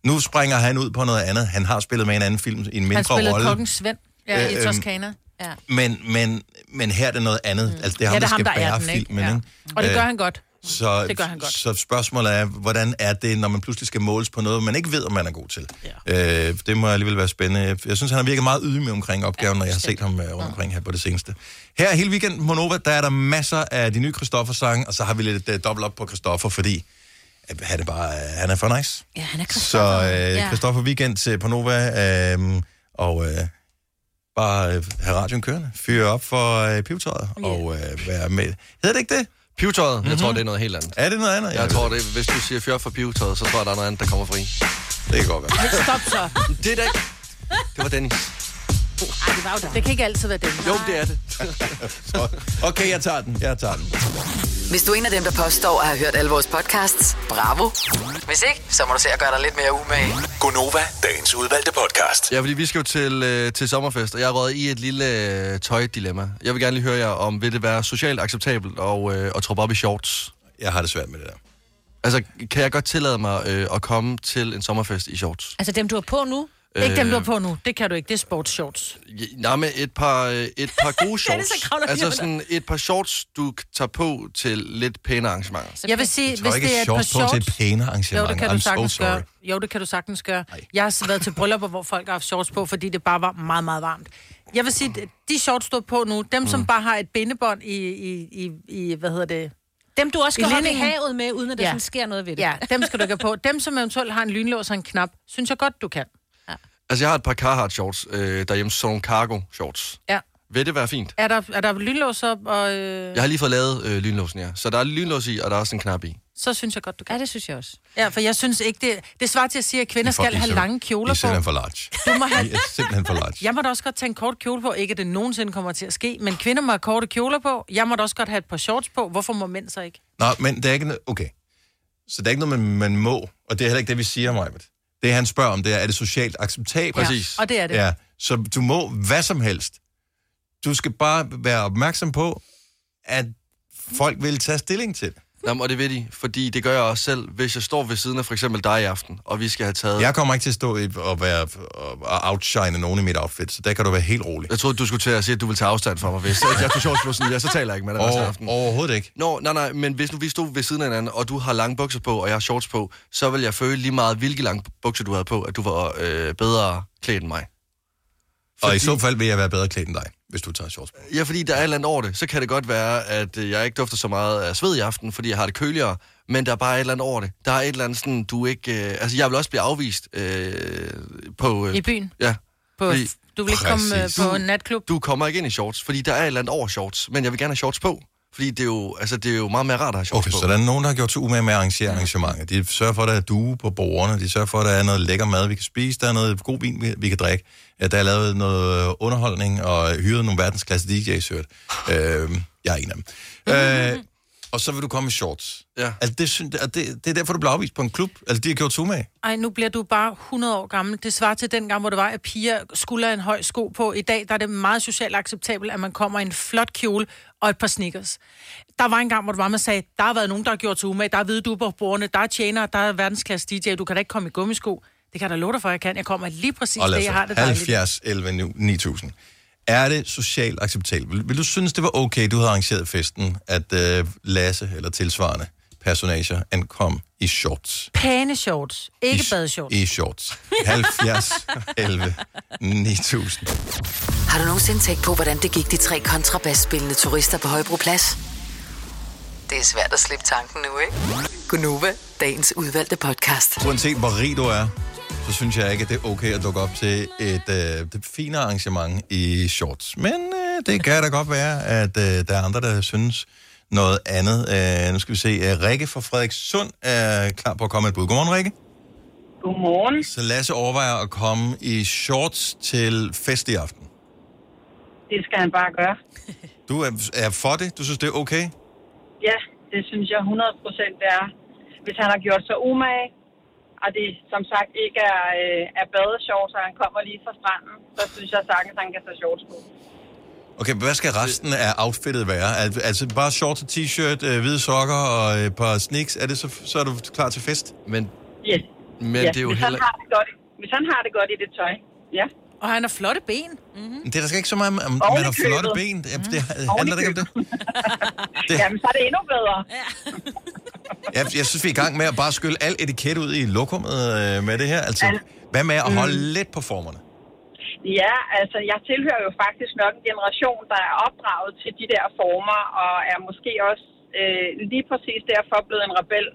[SPEAKER 1] Nu springer Mhm. han ud på noget andet. Han har spillet med i en anden film i en
[SPEAKER 2] Han
[SPEAKER 1] mindre
[SPEAKER 2] spillede kokken
[SPEAKER 1] rolle.
[SPEAKER 2] Svend ja,
[SPEAKER 1] Øh,
[SPEAKER 2] i
[SPEAKER 1] øhm,
[SPEAKER 2] Toskana. Ja.
[SPEAKER 1] Men, men, men her er det noget andet. Altså, det er ham,
[SPEAKER 2] Mm. ja, det
[SPEAKER 1] der
[SPEAKER 2] er ham,
[SPEAKER 1] skal
[SPEAKER 2] der er
[SPEAKER 1] bære
[SPEAKER 2] den, ikke?
[SPEAKER 1] filmen,
[SPEAKER 2] ja.
[SPEAKER 1] ikke?
[SPEAKER 2] Og det gør
[SPEAKER 1] Øh,
[SPEAKER 2] han godt.
[SPEAKER 1] Så,
[SPEAKER 2] Det gør han godt.
[SPEAKER 1] Så spørgsmålet er, hvordan er det, når man pludselig skal måles på noget, man ikke ved, om man er god til? Ja. Øh, det må alligevel være spændende. Jeg synes, han har virket meget ydmyg omkring opgaven, ja, når jeg har set ham øh, rundt omkring her på det seneste. Her hele weekenden på Nova, der er der masser af de nye Christoffer-sange, og så har vi lidt øh, dobbelt op på Christoffer, fordi øh, han er bare, øh, han er for nice.
[SPEAKER 4] Ja, han er
[SPEAKER 1] Så
[SPEAKER 4] Christoffer.
[SPEAKER 1] øh, Christoffer Weekend øh, på Nova, øh, og øh, bare øh, have radioen kørende, fyre op for øh, pivetøjet, og øh, være med. Hedder det ikke det?
[SPEAKER 3] Pivetøjet, jeg tror, det er noget helt andet.
[SPEAKER 1] Mhm. Er det noget andet?
[SPEAKER 3] Jeg tror det, hvis du siger fjør for pivetøjet, så tror jeg, der er noget andet, der kommer fri.
[SPEAKER 1] Det kan godt være.
[SPEAKER 2] Stop så.
[SPEAKER 3] Det er det ikke. Det var Dennis.
[SPEAKER 2] Det kan ikke altid være det.
[SPEAKER 3] Jo, det er det.
[SPEAKER 1] Okay, jeg tager den. Jeg tager den.
[SPEAKER 5] Hvis du er en af dem, der påstår at have hørt alle vores podcasts, bravo. Hvis ikke, så må du se at gøre dig lidt mere umage.
[SPEAKER 6] Gonova, dagens udvalgte podcast.
[SPEAKER 3] Ja, fordi vi skal jo til, øh, til sommerfest, og jeg er i et lille øh, tøjdilemma. Jeg vil gerne lige høre jer om, vil det være socialt acceptabelt at, øh, at troppe op i shorts?
[SPEAKER 1] Jeg har det svært med det der.
[SPEAKER 3] Altså, kan jeg godt tillade mig øh, at komme til en sommerfest i shorts?
[SPEAKER 4] Altså dem, du har på nu.
[SPEAKER 2] Ikke dem, du er på nu. Det kan du ikke. Det er sportsshorts.
[SPEAKER 3] Ja, Nej, men et par, øh, et par gode shorts.
[SPEAKER 4] så kravler
[SPEAKER 3] altså
[SPEAKER 4] lige
[SPEAKER 3] sådan et par shorts, du k- tager på til lidt pæne arrangementer.
[SPEAKER 2] Jeg vil sige,
[SPEAKER 1] Jeg
[SPEAKER 2] hvis
[SPEAKER 1] har ikke
[SPEAKER 2] det er et par
[SPEAKER 1] shorts på til et
[SPEAKER 2] shorts...
[SPEAKER 1] pæne
[SPEAKER 2] Jo,
[SPEAKER 1] arrangement.
[SPEAKER 2] det kan du
[SPEAKER 1] I'm so
[SPEAKER 2] sagtens
[SPEAKER 1] sorry.
[SPEAKER 2] gøre. Jo, det kan du sagtens gøre. Jeg har s- været til bryllupper, hvor folk har haft shorts på, fordi det bare var meget, meget varmt. Jeg vil sige, at de shorts, du har på nu, dem,
[SPEAKER 1] Mm.
[SPEAKER 2] som bare har et bindebånd i, i, i, i hvad hedder det,
[SPEAKER 4] Dem, du også
[SPEAKER 2] I
[SPEAKER 4] skal holde i
[SPEAKER 2] linningen.
[SPEAKER 4] havet med, uden at der
[SPEAKER 2] Ja.
[SPEAKER 4] sådan sker noget ved det.
[SPEAKER 2] ja, dem skal du ikke have på. Dem, som eventuelt har en lynlås og en knap, synes jeg godt, du kan.
[SPEAKER 3] Altså, jeg har et par Carhartt shorts øh, derhjemme, sådan nogle cargo shorts.
[SPEAKER 2] Ja.
[SPEAKER 3] Vil det være fint?
[SPEAKER 2] Er der, er der lynlås op, og øh,
[SPEAKER 3] Jeg har lige fået lavet øh, lynlåsen her. Så der er lynlås i, og der er også en knap i.
[SPEAKER 2] så synes jeg godt, du kan.
[SPEAKER 4] Ja, det synes jeg også.
[SPEAKER 2] Ja, for jeg synes ikke, det, det svarer til at sige, at
[SPEAKER 1] I
[SPEAKER 2] kvinder
[SPEAKER 1] er for-
[SPEAKER 2] skal
[SPEAKER 1] I er
[SPEAKER 2] have
[SPEAKER 1] sim-
[SPEAKER 2] lange
[SPEAKER 1] I
[SPEAKER 2] kjoler
[SPEAKER 1] er simpelthen
[SPEAKER 2] på.
[SPEAKER 1] for large.
[SPEAKER 2] Du må
[SPEAKER 1] I
[SPEAKER 2] have,
[SPEAKER 1] er simpelthen for large.
[SPEAKER 2] jeg må da også godt tage en kort kjole på, ikke at det nogensinde kommer til at ske, men kvinder må have korte kjoler på. Jeg må da også godt have et par shorts på. Hvorfor må mænd så ikke?
[SPEAKER 1] Nå, men det er ikke noget... Okay. Så det er ikke noget, man, man må, og det er heller ikke det, vi siger, Majbet. Det, han spørger om, det er, er det socialt acceptabelt?
[SPEAKER 3] Præcis.
[SPEAKER 2] Og det er det.
[SPEAKER 1] Ja, så du må hvad som helst. Du skal bare være opmærksom på, at folk vil tage stilling til det.
[SPEAKER 3] Jamen, og det ved de, fordi det gør jeg også selv. Hvis jeg står ved siden af for eksempel dig i aften, og vi skal have taget...
[SPEAKER 1] Jeg kommer ikke til at stå i- og, være, og, og outshine nogen i mit outfit, så der kan du være helt rolig.
[SPEAKER 3] Jeg troede, du skulle til at sige, at du ville tage afstand fra mig. Hvis jeg jeg tog sjovslussen, ja, så taler jeg ikke med dig resten af
[SPEAKER 1] Over,
[SPEAKER 3] aftenen.
[SPEAKER 1] overhovedet ikke.
[SPEAKER 3] Nå, nej, nej, men hvis nu vi stod ved siden af hinanden, og du har lange bukser på, og jeg har shorts på, så vil jeg føle lige meget, hvilke lange bukser du havde på, at du var øh, bedre klædt end mig.
[SPEAKER 1] Og
[SPEAKER 3] Fordi-
[SPEAKER 1] i så fald vil jeg være bedre klædt end dig, hvis du tager shorts på.
[SPEAKER 3] Ja, fordi der er et eller andet over det. Så kan det godt være, at øh, jeg ikke dufter så meget af sved i aften, fordi jeg har det køligere, men der er bare et eller andet over det. Der er et eller andet sådan, du ikke... Øh, altså, jeg vil også blive afvist øh, på... Øh,
[SPEAKER 2] I byen?
[SPEAKER 3] Ja.
[SPEAKER 2] På,
[SPEAKER 3] Fordi-
[SPEAKER 2] du vil ikke komme øh,
[SPEAKER 1] Præcis.
[SPEAKER 2] på en natklub?
[SPEAKER 3] Du kommer ikke ind i shorts, fordi der er et eller andet over shorts, men jeg vil gerne have shorts på. Fordi det er jo, altså, det er jo meget mere rart at have shorts
[SPEAKER 1] Okay,
[SPEAKER 3] på.
[SPEAKER 1] så der er nogen, der har gjort sig umage med at arrangere arrangementer. De sørger for, at der er due på borgerne. De sørger for, at der er noget lækker mad, vi kan spise. Der er noget god vin, vi- vi kan drikke. Ja, der er lavet noget øh, underholdning og hyret nogle verdensklasse DJ's, hørt. Øh, jeg er en af dem. Øh, og så vil du komme i shorts.
[SPEAKER 3] Ja.
[SPEAKER 1] Altså, det, synes, og det, det er derfor, du bliver afvist på en klub. Altså, de har gjort sig umage.
[SPEAKER 2] Ej, nu bliver du bare 100 år gammel. Det svarer til den gang, hvor det var, at piger skulle have en høj sko på. I dag der er det meget socialt acceptabelt, at man kommer i en flot kjole og et par sneakers. Der var en gang, hvor det var, man sagde, der har været nogen, der har gjort sig umage. Der er hvide duber på bordene, der er tjenere, der er verdensklasse DJ. Du kan da ikke komme i gummisko. Det kan jeg da love dig for, jeg kan. Jeg kommer lige præcis
[SPEAKER 1] Og lad
[SPEAKER 2] det,
[SPEAKER 1] os
[SPEAKER 2] jeg har det dejligt.
[SPEAKER 1] 70, 11, nu- 9000. Er det socialt acceptabelt? Vil du synes, det var okay, du havde arrangeret festen, at øh, Lasse eller tilsvarende personager ankom i shorts?
[SPEAKER 2] Pæne shorts, ikke
[SPEAKER 1] I-
[SPEAKER 2] badeshorts.
[SPEAKER 1] I shorts. 70, 11, 9000.
[SPEAKER 5] Har du nogensinde tænkt på, hvordan det gik de tre kontrabasspillende turister på Højbroplads? Det er svært at slippe tanken nu, ikke? Gunova, dagens udvalgte podcast.
[SPEAKER 1] Uanset hvor rig du er, så synes jeg ikke, at det er okay at dukke op til et øh, det finere arrangement i shorts. Men øh, det kan da godt være, at øh, der er andre, der synes noget andet. Øh, nu skal vi se. Øh, Rikke fra Frederikssund er klar på at komme med et bud. Godmorgen, Rikke.
[SPEAKER 7] Godmorgen.
[SPEAKER 1] Så Lasse overvejer at komme i shorts til fest i aften.
[SPEAKER 7] Det skal han bare gøre.
[SPEAKER 1] Du er, er for det? Du synes, det er okay?
[SPEAKER 7] Ja, det synes jeg 100 procent det er. Hvis han har gjort sig umage, og det som sagt ikke er, øh, er badeshorts, og han kommer lige fra stranden, så synes jeg sagtens, han kan tage shorts på.
[SPEAKER 1] Okay, men hvad skal resten af outfittet være? Al- Altså bare shorts og t-shirt, øh, hvide sokker og et par sneaks. Er det så, så er du klar til fest?
[SPEAKER 3] Men,
[SPEAKER 7] Yes.
[SPEAKER 3] men
[SPEAKER 7] ja,
[SPEAKER 3] det er jo
[SPEAKER 7] hvis,
[SPEAKER 3] heller...
[SPEAKER 7] han har det godt, i- hvis han har det godt i det tøj. Ja.
[SPEAKER 2] Og han har flotte ben.
[SPEAKER 1] Men Det er da skal ikke så meget om, om
[SPEAKER 7] Oven i
[SPEAKER 1] man har flotte
[SPEAKER 7] købet.
[SPEAKER 1] ben. Det, det handler det ikke om det. det
[SPEAKER 7] Jamen, så er det endnu bedre.
[SPEAKER 1] jeg, jeg synes, vi er i gang med at bare skylle al etiket ud i lokummet øh, med det her. Altså,
[SPEAKER 7] Ja.
[SPEAKER 1] hvad med at holde lidt på formerne?
[SPEAKER 7] Ja, altså jeg tilhører jo faktisk nok en generation, der er opdraget til de der former, og er måske også øh, lige præcis derfor blevet en rebel.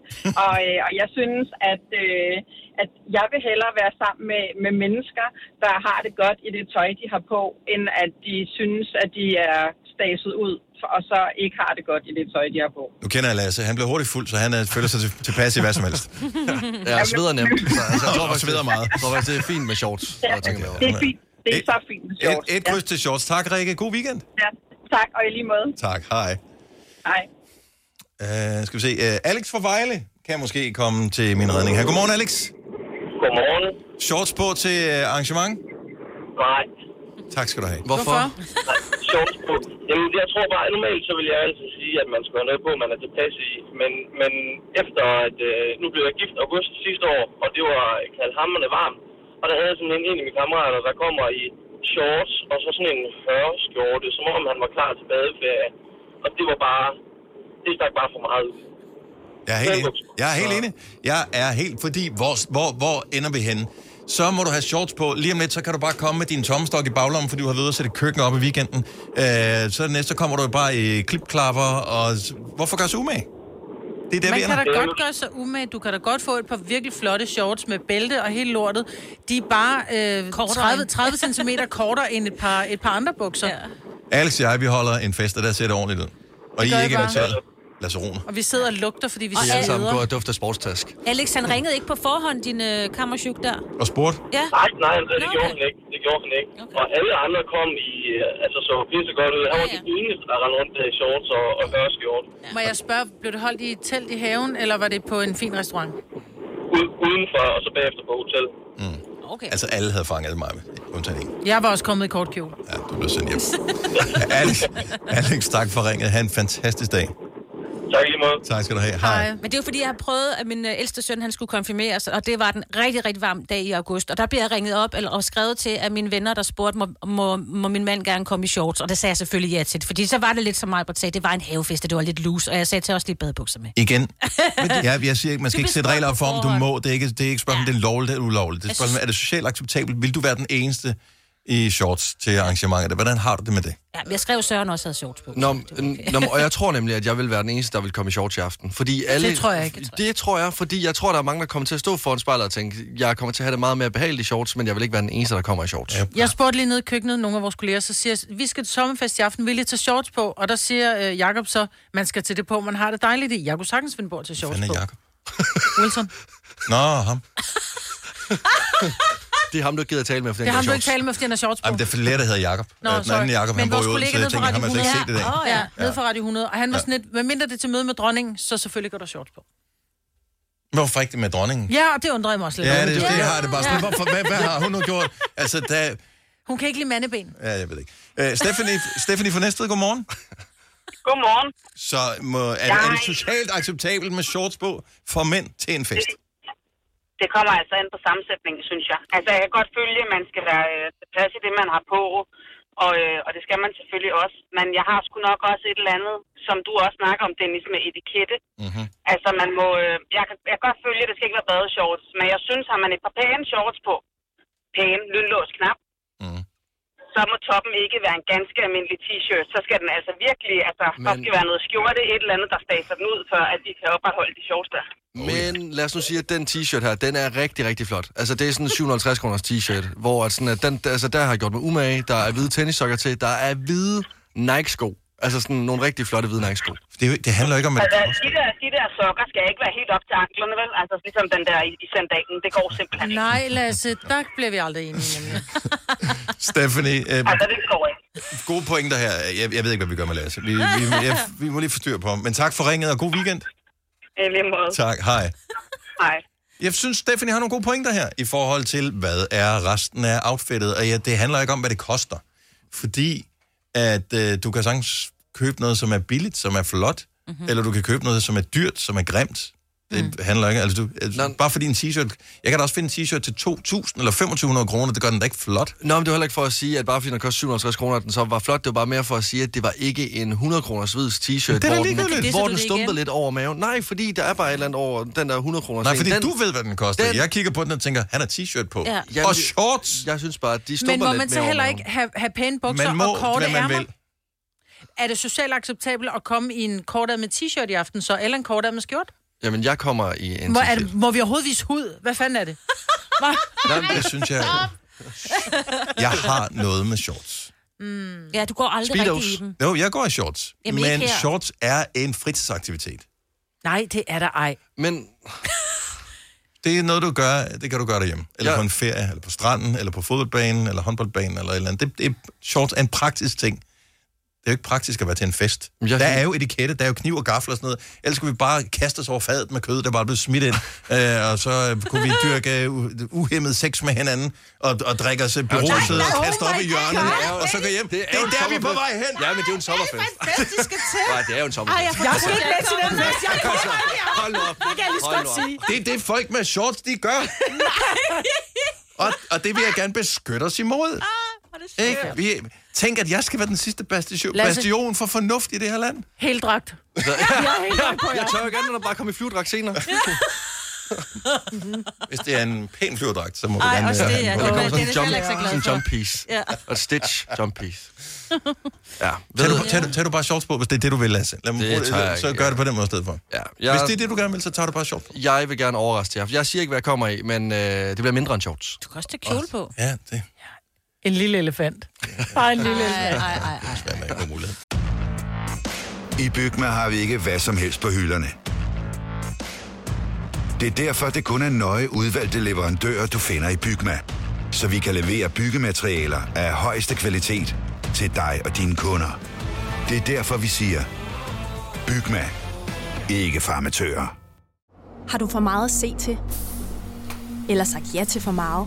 [SPEAKER 7] og, øh, og jeg synes, at, øh, at jeg vil hellere være sammen med, med mennesker, der har det godt i det tøj, de har på, end at de synes, at de er staset ud, og så ikke har det godt i det tøj, de har på.
[SPEAKER 1] Nu kender jeg Lasse. Han blev hurtigt fuld, så han øh, føler sig til, tilpas i hvad som helst.
[SPEAKER 3] Ja, jeg sveder nemt. Så, altså, jeg tror,
[SPEAKER 1] Og
[SPEAKER 3] faktisk,
[SPEAKER 1] sveder
[SPEAKER 3] det-
[SPEAKER 1] meget.
[SPEAKER 3] Jeg tror faktisk, det er fint med shorts. Ja. Jeg tænker okay.
[SPEAKER 7] Det
[SPEAKER 3] med.
[SPEAKER 1] Ja.
[SPEAKER 7] er fint. Det er
[SPEAKER 1] Et-
[SPEAKER 7] så fint. med
[SPEAKER 1] Et,
[SPEAKER 7] shorts.
[SPEAKER 1] et kryds til shorts. Tak, Rikke. God weekend.
[SPEAKER 7] Ja, ja. Tak, og i lige måde.
[SPEAKER 1] Tak. Hej.
[SPEAKER 7] Hej.
[SPEAKER 1] Uh, skal vi se. Uh, Alex fra Vejle kan måske komme til min redning her. Godmorgen, Alex.
[SPEAKER 8] Godmorgen.
[SPEAKER 1] Shorts på til øh, arrangement.
[SPEAKER 8] Nej,
[SPEAKER 1] Tak skal du have.
[SPEAKER 3] Hvorfor?
[SPEAKER 8] sjovt. Jamen, jeg tror bare, normalt så vil jeg altid sige, at man skal have noget på, man er tilpas i. Men, men efter at, øh, nu blev jeg gift august sidste år, og det var knaldhammerne varmt. Og der havde jeg sådan en, en af mine kammerater, der kommer i shorts og så sådan en hørskjorte, som om han var klar til badeferie. Og det var bare, det stak bare for meget ud.
[SPEAKER 1] Jeg er helt enig. Jeg er helt enig. Jeg er helt, fordi hvor, hvor, hvor ender vi henne? Så må du have shorts på. Lige om lidt, så kan du bare komme med din tommestok i baglommen, fordi du har været ude at sætte køkken op i weekenden. Øh, så næste, så kommer du jo bare i klipklapper, og s- hvorfor gør sig umage? Det er der,
[SPEAKER 2] Man
[SPEAKER 1] vi ender.
[SPEAKER 2] kan da godt gøre sig umage. Du kan da godt få et par virkelig flotte shorts med bælte og hele lortet. De er bare øh, 30, 30 cm kortere end et par, et par andre bukser. Ja.
[SPEAKER 1] Alex og jeg, vi holder en fest, og der ser det ordentligt ud. Og I
[SPEAKER 2] gør
[SPEAKER 1] er
[SPEAKER 2] I
[SPEAKER 1] ikke
[SPEAKER 2] bare.
[SPEAKER 1] inviteret. Laserone.
[SPEAKER 2] Og vi sidder og lugter, fordi vi
[SPEAKER 4] Og
[SPEAKER 3] Vi er alle
[SPEAKER 2] sidder
[SPEAKER 3] sammen går
[SPEAKER 2] videre.
[SPEAKER 3] og dufter sportstask.
[SPEAKER 4] Alex, han ringede ikke på forhånd, din øh, kammersjuk der.
[SPEAKER 1] Og spurgte,
[SPEAKER 4] Ja.
[SPEAKER 8] Nej, nej, altså, det
[SPEAKER 4] Nå,
[SPEAKER 8] gjorde
[SPEAKER 4] okay.
[SPEAKER 8] han ikke. Det gjorde han ikke.
[SPEAKER 4] Okay.
[SPEAKER 8] Okay. Og alle andre kom i, øh, altså så pisse godt ud. Han
[SPEAKER 4] Ja,
[SPEAKER 8] var
[SPEAKER 4] ja.
[SPEAKER 8] den eneste, der rendte rundt der i shorts og, og hørskjort.
[SPEAKER 2] Må jeg spørge, blev det holdt i et telt i haven, eller var det på en fin restaurant?
[SPEAKER 8] U- udenfor, og så bagefter på hotel.
[SPEAKER 4] Okay.
[SPEAKER 1] altså alle havde fanget mig, undtagen en.
[SPEAKER 2] Jeg var også kommet i kort kjole.
[SPEAKER 1] Ja, du blev sendt hjem. Alex, Alex, tak for ringet. Ha' en fantastisk dag.
[SPEAKER 8] Tak i lige måde.
[SPEAKER 1] Tak skal du have. Hej.
[SPEAKER 2] Hej.
[SPEAKER 4] Men det er jo fordi, jeg har prøvet, at min øh, ældste søn han skulle konfirmeres, og det var den rigtig, rigtig varm dag i august. Og der blev jeg ringet op eller, og skrevet til af mine venner, der spurgte, må, må, må min mand gerne komme i shorts? Og det sagde jeg selvfølgelig ja til, fordi så var det lidt som mig på sagde, det var en havefest, og det var lidt loose, og jeg sagde til også lige badebukser med.
[SPEAKER 1] Igen. Ja, jeg siger ikke, man skal
[SPEAKER 4] Du
[SPEAKER 1] ikke sætte
[SPEAKER 4] bestemmer
[SPEAKER 1] regler
[SPEAKER 4] på
[SPEAKER 1] for, om du
[SPEAKER 4] forhånd.
[SPEAKER 1] må. Det er ikke, det er ikke et spørgsmål, om det er lovligt eller ulovligt. Det er et
[SPEAKER 4] Jeg
[SPEAKER 1] spørgsmål,
[SPEAKER 4] synes-
[SPEAKER 1] er det socialt acceptabelt? Vil du være den eneste i shorts til arrangementet? Hvordan har du det med det?
[SPEAKER 4] Ja, men jeg skrev Søren også havde shorts på.
[SPEAKER 3] Nå,
[SPEAKER 4] så det var okay.
[SPEAKER 3] n- nå, og jeg tror nemlig, at jeg vil være den eneste, der vil komme i shorts i aften. Fordi alle,
[SPEAKER 2] Det tror jeg ikke, tror
[SPEAKER 3] Det tror jeg, fordi jeg tror, der er mange, der kommer til at stå foran spejlet og tænke, jeg kommer til at have det meget mere behageligt i shorts, men jeg vil ikke være den eneste, der kommer i shorts. Ja.
[SPEAKER 2] Jeg spurgte lige nede i køkkenet nogle af vores kolleger, så siger jeg, vi skal til sommerfest i aften, vil I tage shorts på? Og der siger øh, Jakob så, man skal til det på, man har det dejligt i. Jeg kunne sagtens finde på at tage shorts
[SPEAKER 1] Fanden
[SPEAKER 2] på.
[SPEAKER 1] er Jacob.
[SPEAKER 2] Wilson.
[SPEAKER 1] Nå, ham.
[SPEAKER 3] Det er ham, du ikke gider at tale med, for den
[SPEAKER 2] Det har
[SPEAKER 3] har
[SPEAKER 2] du ikke tale med, fordi han har shorts på.
[SPEAKER 1] Jamen, det er flere, der hedder Jacob.
[SPEAKER 2] Nå,
[SPEAKER 1] Øh, den
[SPEAKER 2] sorry.
[SPEAKER 1] anden Jacob,
[SPEAKER 2] Men
[SPEAKER 1] han bor
[SPEAKER 2] vores
[SPEAKER 1] i Odense,
[SPEAKER 2] kollega
[SPEAKER 1] så jeg
[SPEAKER 2] nede fra
[SPEAKER 1] tænker, ham har slet
[SPEAKER 2] Radio
[SPEAKER 1] ikke set det der.
[SPEAKER 4] Åh,
[SPEAKER 2] Ja, nede fra Radio 100. Og han var sådan lidt, medmindre det er til møde med dronningen, så selvfølgelig går der shorts på.
[SPEAKER 1] Hvorfor ikke det med dronningen?
[SPEAKER 2] Ja, og det undrede mig også lidt.
[SPEAKER 1] Ja,
[SPEAKER 2] over,
[SPEAKER 1] det,
[SPEAKER 2] men
[SPEAKER 1] det, det har det bare sådan.
[SPEAKER 2] Ja.
[SPEAKER 1] Hvorfor, hvad, hvad har hun nu gjort? Altså, der...
[SPEAKER 2] Hun kan ikke lide mandeben.
[SPEAKER 1] Ja, jeg ved ikke. Øh, Stephanie, Stephanie fra Næstved, godmorgen.
[SPEAKER 7] Godmorgen.
[SPEAKER 1] Så må, er, er det socialt acceptabelt med shorts på for mænd til en fest?
[SPEAKER 7] Det kommer altså ind på sammensætningen, synes jeg. Altså, jeg kan godt følge, at man skal være øh, tilpas i det, man har på, og, øh, og det skal man selvfølgelig også. Men jeg har sgu nok også et eller andet, som du også snakker om, Dennis, med etikette.
[SPEAKER 1] Mm-hmm.
[SPEAKER 7] Altså, man må... Øh, jeg, kan, jeg kan godt følge, at det skal ikke være badeshorts, men jeg synes, har man et par pæne shorts på, pæne, lynlås knap,
[SPEAKER 1] Mm.
[SPEAKER 7] så må toppen ikke være en ganske almindelig t-shirt. Så skal den altså virkelig... Altså, men... der
[SPEAKER 3] Men-
[SPEAKER 7] skal være noget skjorte, et eller andet, der staser den ud, før at vi kan opretholde de shorts der.
[SPEAKER 1] Oh,
[SPEAKER 3] Men lad os nu sige, at den t-shirt her, den er rigtig, rigtig flot. Altså, det er sådan en 750 kroners t-shirt, hvor at sådan, at den, altså, der har jeg gjort med umage, der er hvide tennissokker til, der er hvide Nike-sko. Altså sådan nogle rigtig flotte hvide Nike-sko.
[SPEAKER 1] Det, er jo, ikke- det handler jo ikke om, at
[SPEAKER 7] Altså, de der, de der sokker skal ikke være helt op til anklerne, vel? Altså, ligesom den der i, i sandalen, det går simpelthen ikke.
[SPEAKER 2] Nej, Lasse, der bliver vi aldrig enige. Nemlig.
[SPEAKER 1] Stephanie, øh,
[SPEAKER 7] Altså, det går ikke.
[SPEAKER 1] gode pointer her. Jeg, jeg ved ikke, hvad vi gør med Lasse. Vi, vi, jeg, vi må lige forstyrre på ham. Men tak for ringet, og god weekend.
[SPEAKER 7] I lige måde.
[SPEAKER 1] Tak, hej.
[SPEAKER 7] Nej.
[SPEAKER 1] Jeg synes, Stephanie har nogle gode pointer her i forhold til, hvad er resten af outfittet. Og ja, det handler ikke om, hvad det koster. Fordi at øh, du kan sagtens købe noget, som er billigt, som er flot,
[SPEAKER 4] Mhm.
[SPEAKER 1] mm-hmm. eller du kan købe noget, som er dyrt, som er grimt. Det mm. handler ikke altså, du, altså,
[SPEAKER 3] Nå.
[SPEAKER 1] Bare fordi en t-shirt... Jeg kan da også finde en t-shirt til 2.000 eller 2.500 kroner, det gør den da ikke flot.
[SPEAKER 3] Nå, men det var heller ikke for at sige, at bare fordi den kostede 750 kroner, at den så var flot. Det var bare mere for at sige, at det var ikke en 100 kroners hvid t-shirt,
[SPEAKER 1] da
[SPEAKER 3] hvor
[SPEAKER 1] ligegyldigt.
[SPEAKER 3] den,
[SPEAKER 4] Disser
[SPEAKER 3] hvor
[SPEAKER 4] du
[SPEAKER 3] den
[SPEAKER 4] det
[SPEAKER 3] stumpede
[SPEAKER 4] igen?
[SPEAKER 3] lidt over maven. Nej, fordi der er bare et eller andet over den der 100 kroners.
[SPEAKER 1] Nej,
[SPEAKER 3] en.
[SPEAKER 1] fordi
[SPEAKER 3] den,
[SPEAKER 1] du ved, hvad den koster.
[SPEAKER 3] den-
[SPEAKER 1] Jeg kigger på den og tænker, han har t-shirt på.
[SPEAKER 4] Ja.
[SPEAKER 1] Ja.
[SPEAKER 3] Jamen,
[SPEAKER 1] Og
[SPEAKER 3] det-
[SPEAKER 1] shorts!
[SPEAKER 3] Jeg synes bare, at de
[SPEAKER 2] Men
[SPEAKER 3] stumper
[SPEAKER 2] må
[SPEAKER 3] lidt
[SPEAKER 2] man så
[SPEAKER 3] mere
[SPEAKER 2] heller
[SPEAKER 3] over
[SPEAKER 2] ikke
[SPEAKER 3] maven.
[SPEAKER 2] have, have pæne bukser
[SPEAKER 1] Man må,
[SPEAKER 2] og korte
[SPEAKER 1] hvad man
[SPEAKER 2] ærmer?
[SPEAKER 1] vil.
[SPEAKER 2] Er det socialt acceptabelt at komme i en kortærmet t-shirt i aften, så eller en kortærmet skjort?
[SPEAKER 3] Jamen, jeg kommer i en
[SPEAKER 2] Må,
[SPEAKER 3] t-shirt.
[SPEAKER 2] er det, må vi overhovedet vise hud? Hvad fanden er det? Hva?
[SPEAKER 1] Nej, men det synes jeg... Jeg har noget med shorts.
[SPEAKER 2] Mm.
[SPEAKER 4] Ja, du går aldrig
[SPEAKER 3] Speedos.
[SPEAKER 4] rigtig i dem.
[SPEAKER 1] Jo, jeg går i shorts.
[SPEAKER 4] Jamen, ikke
[SPEAKER 1] men
[SPEAKER 4] her.
[SPEAKER 1] shorts er en fritidsaktivitet.
[SPEAKER 2] Nej, det er der ej.
[SPEAKER 3] Men
[SPEAKER 1] Det er noget, du gør, det kan du gøre derhjemme. Eller ja.
[SPEAKER 3] Ja.
[SPEAKER 1] på en ferie, eller på stranden, eller på fodboldbanen, eller håndboldbanen, eller et eller andet. Det, det, er- shorts er en praktisk ting. Det er jo ikke praktisk at være til en fest.
[SPEAKER 3] Men
[SPEAKER 1] Jeg
[SPEAKER 3] jeg
[SPEAKER 1] der
[SPEAKER 3] synes-
[SPEAKER 1] er jo etikette, der er jo kniv og gafler og sådan noget. Ellers kunne vi bare kaste os over fadet med kød, der bare blev smidt ind. øh, og så øh, kunne vi dyrke øh, u- uhæmmet sex med hinanden, og, og drikke os øh, beruset og kaste op i hjørnet, og så gå hjem. Det er,
[SPEAKER 3] jo en
[SPEAKER 1] der, vi er på
[SPEAKER 3] sommerfest.
[SPEAKER 1] vej hen.
[SPEAKER 3] Ja, men det er jo en sommerfest.
[SPEAKER 4] Fantastiske til.
[SPEAKER 3] Nej, det er jo en sommerfest.
[SPEAKER 4] jeg skal ikke med til den fest. Jeg kommer
[SPEAKER 3] altså, Hold nu op. Det kan jeg lige godt sige.
[SPEAKER 1] Det er det, folk med shorts, de gør. og, og det vil jeg gerne beskytte os
[SPEAKER 3] Ah,
[SPEAKER 1] imod. Ikke? Vi, tænk, at jeg skal være den sidste bastion,
[SPEAKER 2] Lasse.
[SPEAKER 1] bastion for fornuft i det her land.
[SPEAKER 2] Helt dragt.
[SPEAKER 3] Jeg tør jo ikke andet, end at bare komme i flyvedragt senere.
[SPEAKER 1] Hvis det er en pæn flyverdragt, så må vi
[SPEAKER 4] Ej,
[SPEAKER 1] gerne...
[SPEAKER 4] også
[SPEAKER 1] øh,
[SPEAKER 4] det, ja.
[SPEAKER 1] have den
[SPEAKER 3] Der
[SPEAKER 1] på.
[SPEAKER 4] Åh,
[SPEAKER 3] kommer sådan
[SPEAKER 4] men det
[SPEAKER 3] en
[SPEAKER 4] er
[SPEAKER 3] jump,
[SPEAKER 4] heller ikke så glad
[SPEAKER 3] sådan en
[SPEAKER 4] for.
[SPEAKER 3] jump piece.
[SPEAKER 4] Ja.
[SPEAKER 3] Og et stitch jump piece. Ja, ved
[SPEAKER 1] Tag
[SPEAKER 3] du,
[SPEAKER 1] du, tag, du- tag du bare shorts på, hvis det er det, du vil, Lasse. Lad mig,
[SPEAKER 3] Det
[SPEAKER 1] bruge det,
[SPEAKER 3] tager jeg
[SPEAKER 1] så
[SPEAKER 3] ikke,
[SPEAKER 1] gør
[SPEAKER 3] ja.
[SPEAKER 1] det på den måde i stedet for.
[SPEAKER 3] Ja,
[SPEAKER 1] Ja.
[SPEAKER 3] jeg,
[SPEAKER 1] Hvis det er det, du gerne vil, så tager du bare shorts på.
[SPEAKER 3] jeg vil gerne overraske jer. Jeg siger ikke, hvad jeg kommer i, men øh, det bliver mindre end shorts.
[SPEAKER 4] Du kan også tage kjole på.
[SPEAKER 1] Ja, det
[SPEAKER 2] En lille elefant. Bare en lille elefant.
[SPEAKER 4] Ej, ej, ej.
[SPEAKER 1] er en god mulighed.
[SPEAKER 9] I Bygma har vi ikke hvad som helst på hylderne. Det er derfor, det kun er nøje udvalgte leverandører, du finder i Bygma. Så vi kan levere byggematerialer af højeste kvalitet til dig og dine kunder. Det er derfor, vi siger, Bygma. Ikke farmatører.
[SPEAKER 10] Har du for meget at se til? Eller sagt ja til for meget?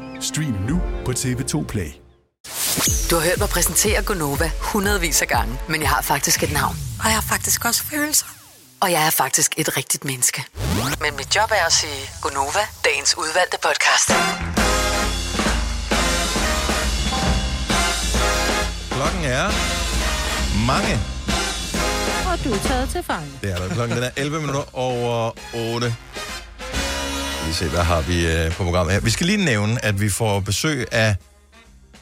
[SPEAKER 11] Stream nu på TV2 Play.
[SPEAKER 5] Du har hørt mig præsentere Gonova hundredvis af gange, men jeg har faktisk et navn.
[SPEAKER 12] Og jeg har faktisk også følelser.
[SPEAKER 5] Og jeg er faktisk et rigtigt menneske. Men mit job er at sige Gonova, dagens udvalgte podcast.
[SPEAKER 1] Klokken er mange.
[SPEAKER 4] Og du er taget til fange.
[SPEAKER 1] Det er der. Klokken den er 11 minutter over 8. Vi se, hvad har vi øh, på programmet her. Vi skal lige nævne, at vi får besøg af...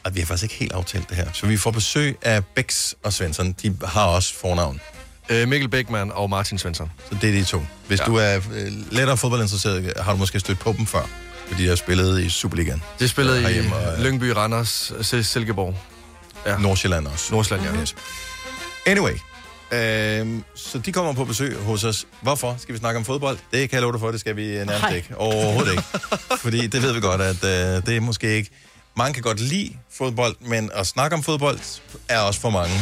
[SPEAKER 1] Og vi har faktisk ikke helt aftalt det her. Så vi får besøg af Bex og Svensson. De har også fornavn.
[SPEAKER 3] Øh, Mikkel Bækman og Martin Svensson.
[SPEAKER 1] Så det er de to. Hvis ja. du er øh, lettere fodboldinteresseret, har du måske stødt på dem før. Fordi de har spillet i Superligaen.
[SPEAKER 3] De spillede i
[SPEAKER 1] Herhjemme, og, øh,
[SPEAKER 3] Lyngby, Randers, Sil- Silkeborg.
[SPEAKER 1] Ja. Nordsjælland også.
[SPEAKER 3] Nordsjælland, ja.
[SPEAKER 1] Yes. Anyway, øh, så de kommer på besøg hos os. Hvorfor skal vi snakke om fodbold? Det kan jeg love dig for, det skal vi øh, nærmest
[SPEAKER 6] Nej.
[SPEAKER 1] ikke. Overhovedet ikke. Fordi det ved vi godt, at øh, det er måske ikke... Mange kan godt lide fodbold, men at snakke om fodbold er også for mange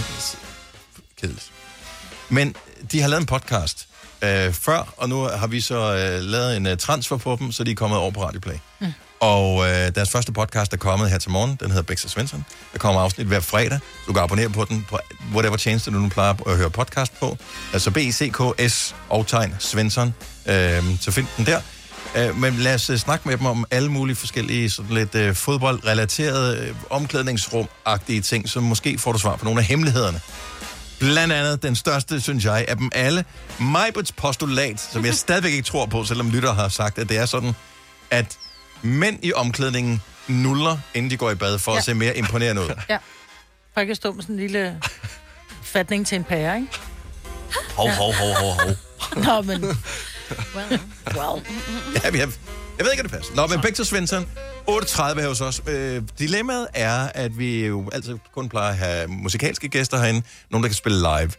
[SPEAKER 1] kedeligt. Men de har lavet en podcast øh, før, og nu har vi så øh, lavet en øh, transfer på dem, så de er kommet over på Radioplay.
[SPEAKER 6] Mm.
[SPEAKER 1] Og øh, deres første podcast er kommet her til morgen. Den hedder Bex og Svensson. Der kommer afsnit hver fredag. Så du kan abonnere på den på whatever tjeneste, du nu plejer at høre podcast på. Altså B-E-C-K-S og tegn Svensson. Øh, så find den der. Øh, men lad os øh, snakke med dem om alle mulige forskellige sådan lidt øh, fodboldrelaterede øh, omklædningsrum-agtige ting, så måske får du svar på nogle af hemmelighederne. Blandt andet den største, synes jeg, af dem alle. Majbrits postulat, som jeg stadigvæk ikke tror på, selvom lytter har sagt, at det er sådan, at mænd i omklædningen nuller, inden de går i bad, for ja.
[SPEAKER 2] Ja.
[SPEAKER 1] at se mere imponerende ud.
[SPEAKER 2] Ja. For ikke at stå med sådan en lille fatning til en pære, ikke?
[SPEAKER 1] Hov, hov, hov, hov, hov.
[SPEAKER 2] Nå, men... Well, well.
[SPEAKER 1] Ja, men jeg, jeg ved ikke, om det passer. Nå, men Bæk til Svensson. 8.30 her hos os. Øh, dilemmaet er, at vi jo altid kun plejer at have musikalske gæster herinde. Nogen, der kan spille live.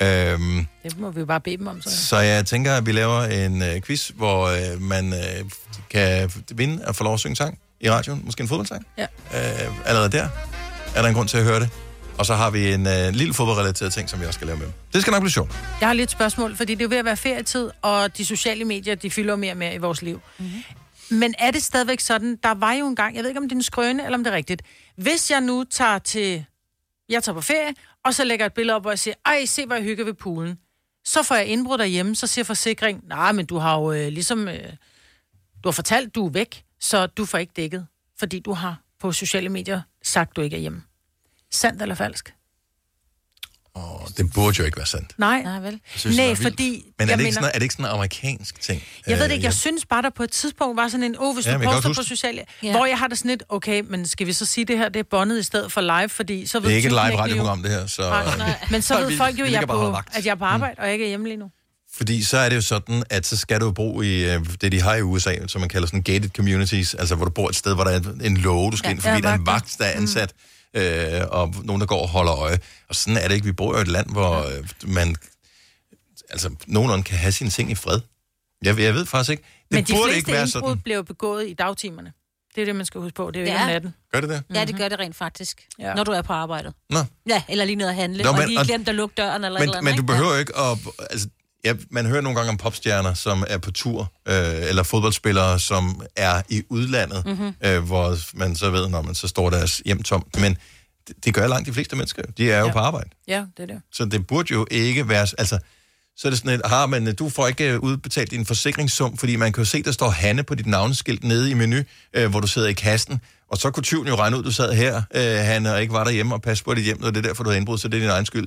[SPEAKER 1] Ja. Øhm,
[SPEAKER 2] Det må vi jo bare bede dem om, så.
[SPEAKER 1] Så jeg tænker, at vi laver en øh, quiz, hvor øh, man øh, kan vinde og få lov at synge sang i radioen. Måske en fodboldsang.
[SPEAKER 2] Ja.
[SPEAKER 1] Øh, allerede der er der en grund til at høre det. Og så har vi en øh, lille fodboldrelateret ting, som vi også skal lave med. dem. Det skal nok blive sjovt.
[SPEAKER 2] Jeg har lige et spørgsmål, fordi det er jo ved at være ferietid, og de sociale medier, de fylder mere og mere i vores liv.
[SPEAKER 1] Mhm.
[SPEAKER 2] Mm-hmm. Men er det stadigvæk sådan, der var jo engang, jeg ved ikke om det er en skrøne, eller om det er rigtigt. Hvis jeg nu tager til, jeg tager på ferie, og så lægger et billede op, hvor jeg siger, ej, se hvor jeg hygger ved poolen. Så får jeg indbrud derhjemme, så siger forsikring, nej, men du har jo øh, ligesom, øh, du har fortalt, du er væk, så du får ikke dækket, fordi du har på sociale medier sagt, du ikke er hjemme. Sandt eller falsk?
[SPEAKER 1] Åh, det burde jo ikke være sandt.
[SPEAKER 2] Nej. Nej, vel. Nej, fordi...
[SPEAKER 1] Men er
[SPEAKER 2] jeg
[SPEAKER 1] det, ikke
[SPEAKER 2] mener-
[SPEAKER 1] sådan, er det ikke sådan en amerikansk ting?
[SPEAKER 2] Jeg ved det
[SPEAKER 1] Øh,
[SPEAKER 2] ikke, jeg synes bare, der på et tidspunkt var sådan en, åh, oh, hvis
[SPEAKER 1] Ja,
[SPEAKER 2] ja,
[SPEAKER 1] men
[SPEAKER 2] du
[SPEAKER 1] jeg kan
[SPEAKER 2] poster
[SPEAKER 1] godt
[SPEAKER 2] på
[SPEAKER 1] huske-
[SPEAKER 2] sociale, ja. hvor jeg har det sådan lidt, okay, men skal vi så sige det her, det er bondet i stedet for live, fordi så ved
[SPEAKER 1] Det er ikke et
[SPEAKER 2] typen
[SPEAKER 1] live
[SPEAKER 2] lige
[SPEAKER 1] radioprogram, det her, så...
[SPEAKER 2] Nej, nej. Men så
[SPEAKER 1] Folk
[SPEAKER 2] ved
[SPEAKER 1] vil-
[SPEAKER 2] folk jo,
[SPEAKER 1] vi
[SPEAKER 2] jeg
[SPEAKER 1] ligger
[SPEAKER 2] er
[SPEAKER 1] bare og holder
[SPEAKER 2] på,
[SPEAKER 1] vagt. Mm.
[SPEAKER 2] at jeg er på arbejde, og jeg ikke er hjemme lige nu.
[SPEAKER 1] Fordi så er det jo sådan, at så skal du jo bo i øh, det, de har i USA, som man kalder sådan gated communities, altså hvor du bor et sted, hvor der er en låge, du skal
[SPEAKER 6] Ja,
[SPEAKER 1] ja, ind forbi,
[SPEAKER 6] ja,
[SPEAKER 1] der er en vagt, der er
[SPEAKER 2] Mm.
[SPEAKER 1] ansat, øh, og nogen, der går og holder øje. Og sådan er det ikke. Vi bor jo i et land, hvor øh, man altså nogenlunde kan have sine ting i fred. Jeg, jeg ved faktisk ikke. Det
[SPEAKER 2] Men de
[SPEAKER 1] burde
[SPEAKER 2] fleste
[SPEAKER 1] ikke være
[SPEAKER 2] indbrud
[SPEAKER 1] sådan.
[SPEAKER 2] bliver jo begået i dagtimerne. Det er det, man skal huske på. Det er jo
[SPEAKER 4] Det
[SPEAKER 2] ikke om
[SPEAKER 4] er.
[SPEAKER 2] natten. Mhm.
[SPEAKER 1] Gør det det?
[SPEAKER 4] Ja, det gør det rent faktisk,
[SPEAKER 2] Ja.
[SPEAKER 4] ja. når du er på arbejdet.
[SPEAKER 1] Nå.
[SPEAKER 4] Ja, eller lige nede at handle,
[SPEAKER 1] Nå,
[SPEAKER 4] Nå, men,
[SPEAKER 1] men-
[SPEAKER 4] og lige
[SPEAKER 1] og-
[SPEAKER 4] glemt at lukke døren eller et eller
[SPEAKER 1] Men, men
[SPEAKER 4] andet.
[SPEAKER 1] du
[SPEAKER 4] ikke?
[SPEAKER 1] behøver ikke at... Altså, ja, man hører nogle gange om popstjerner, som er på tur, øh, eller fodboldspillere, som er i udlandet,
[SPEAKER 6] Mhm.
[SPEAKER 1] mm-hmm. øh, hvor man så ved, når man så står deres hjem tomt. Men det, det gør langt de fleste mennesker. jo. De er jo ja. på arbejde.
[SPEAKER 2] Ja, det er det.
[SPEAKER 1] Så det burde jo ikke være... Altså, så er det sådan et, har men øh, du får ikke øh, udbetalt din forsikringssum, fordi man kan jo se, der står Hanne på dit navneskilt nede i menu, øh, hvor du sidder i kassen, og så kunne tyven jo regne ud, du sad her, øh, Hanne, og ikke var derhjemme og passe på dit hjem, og det er derfor, du havde indbrud, så det er din egen skyld.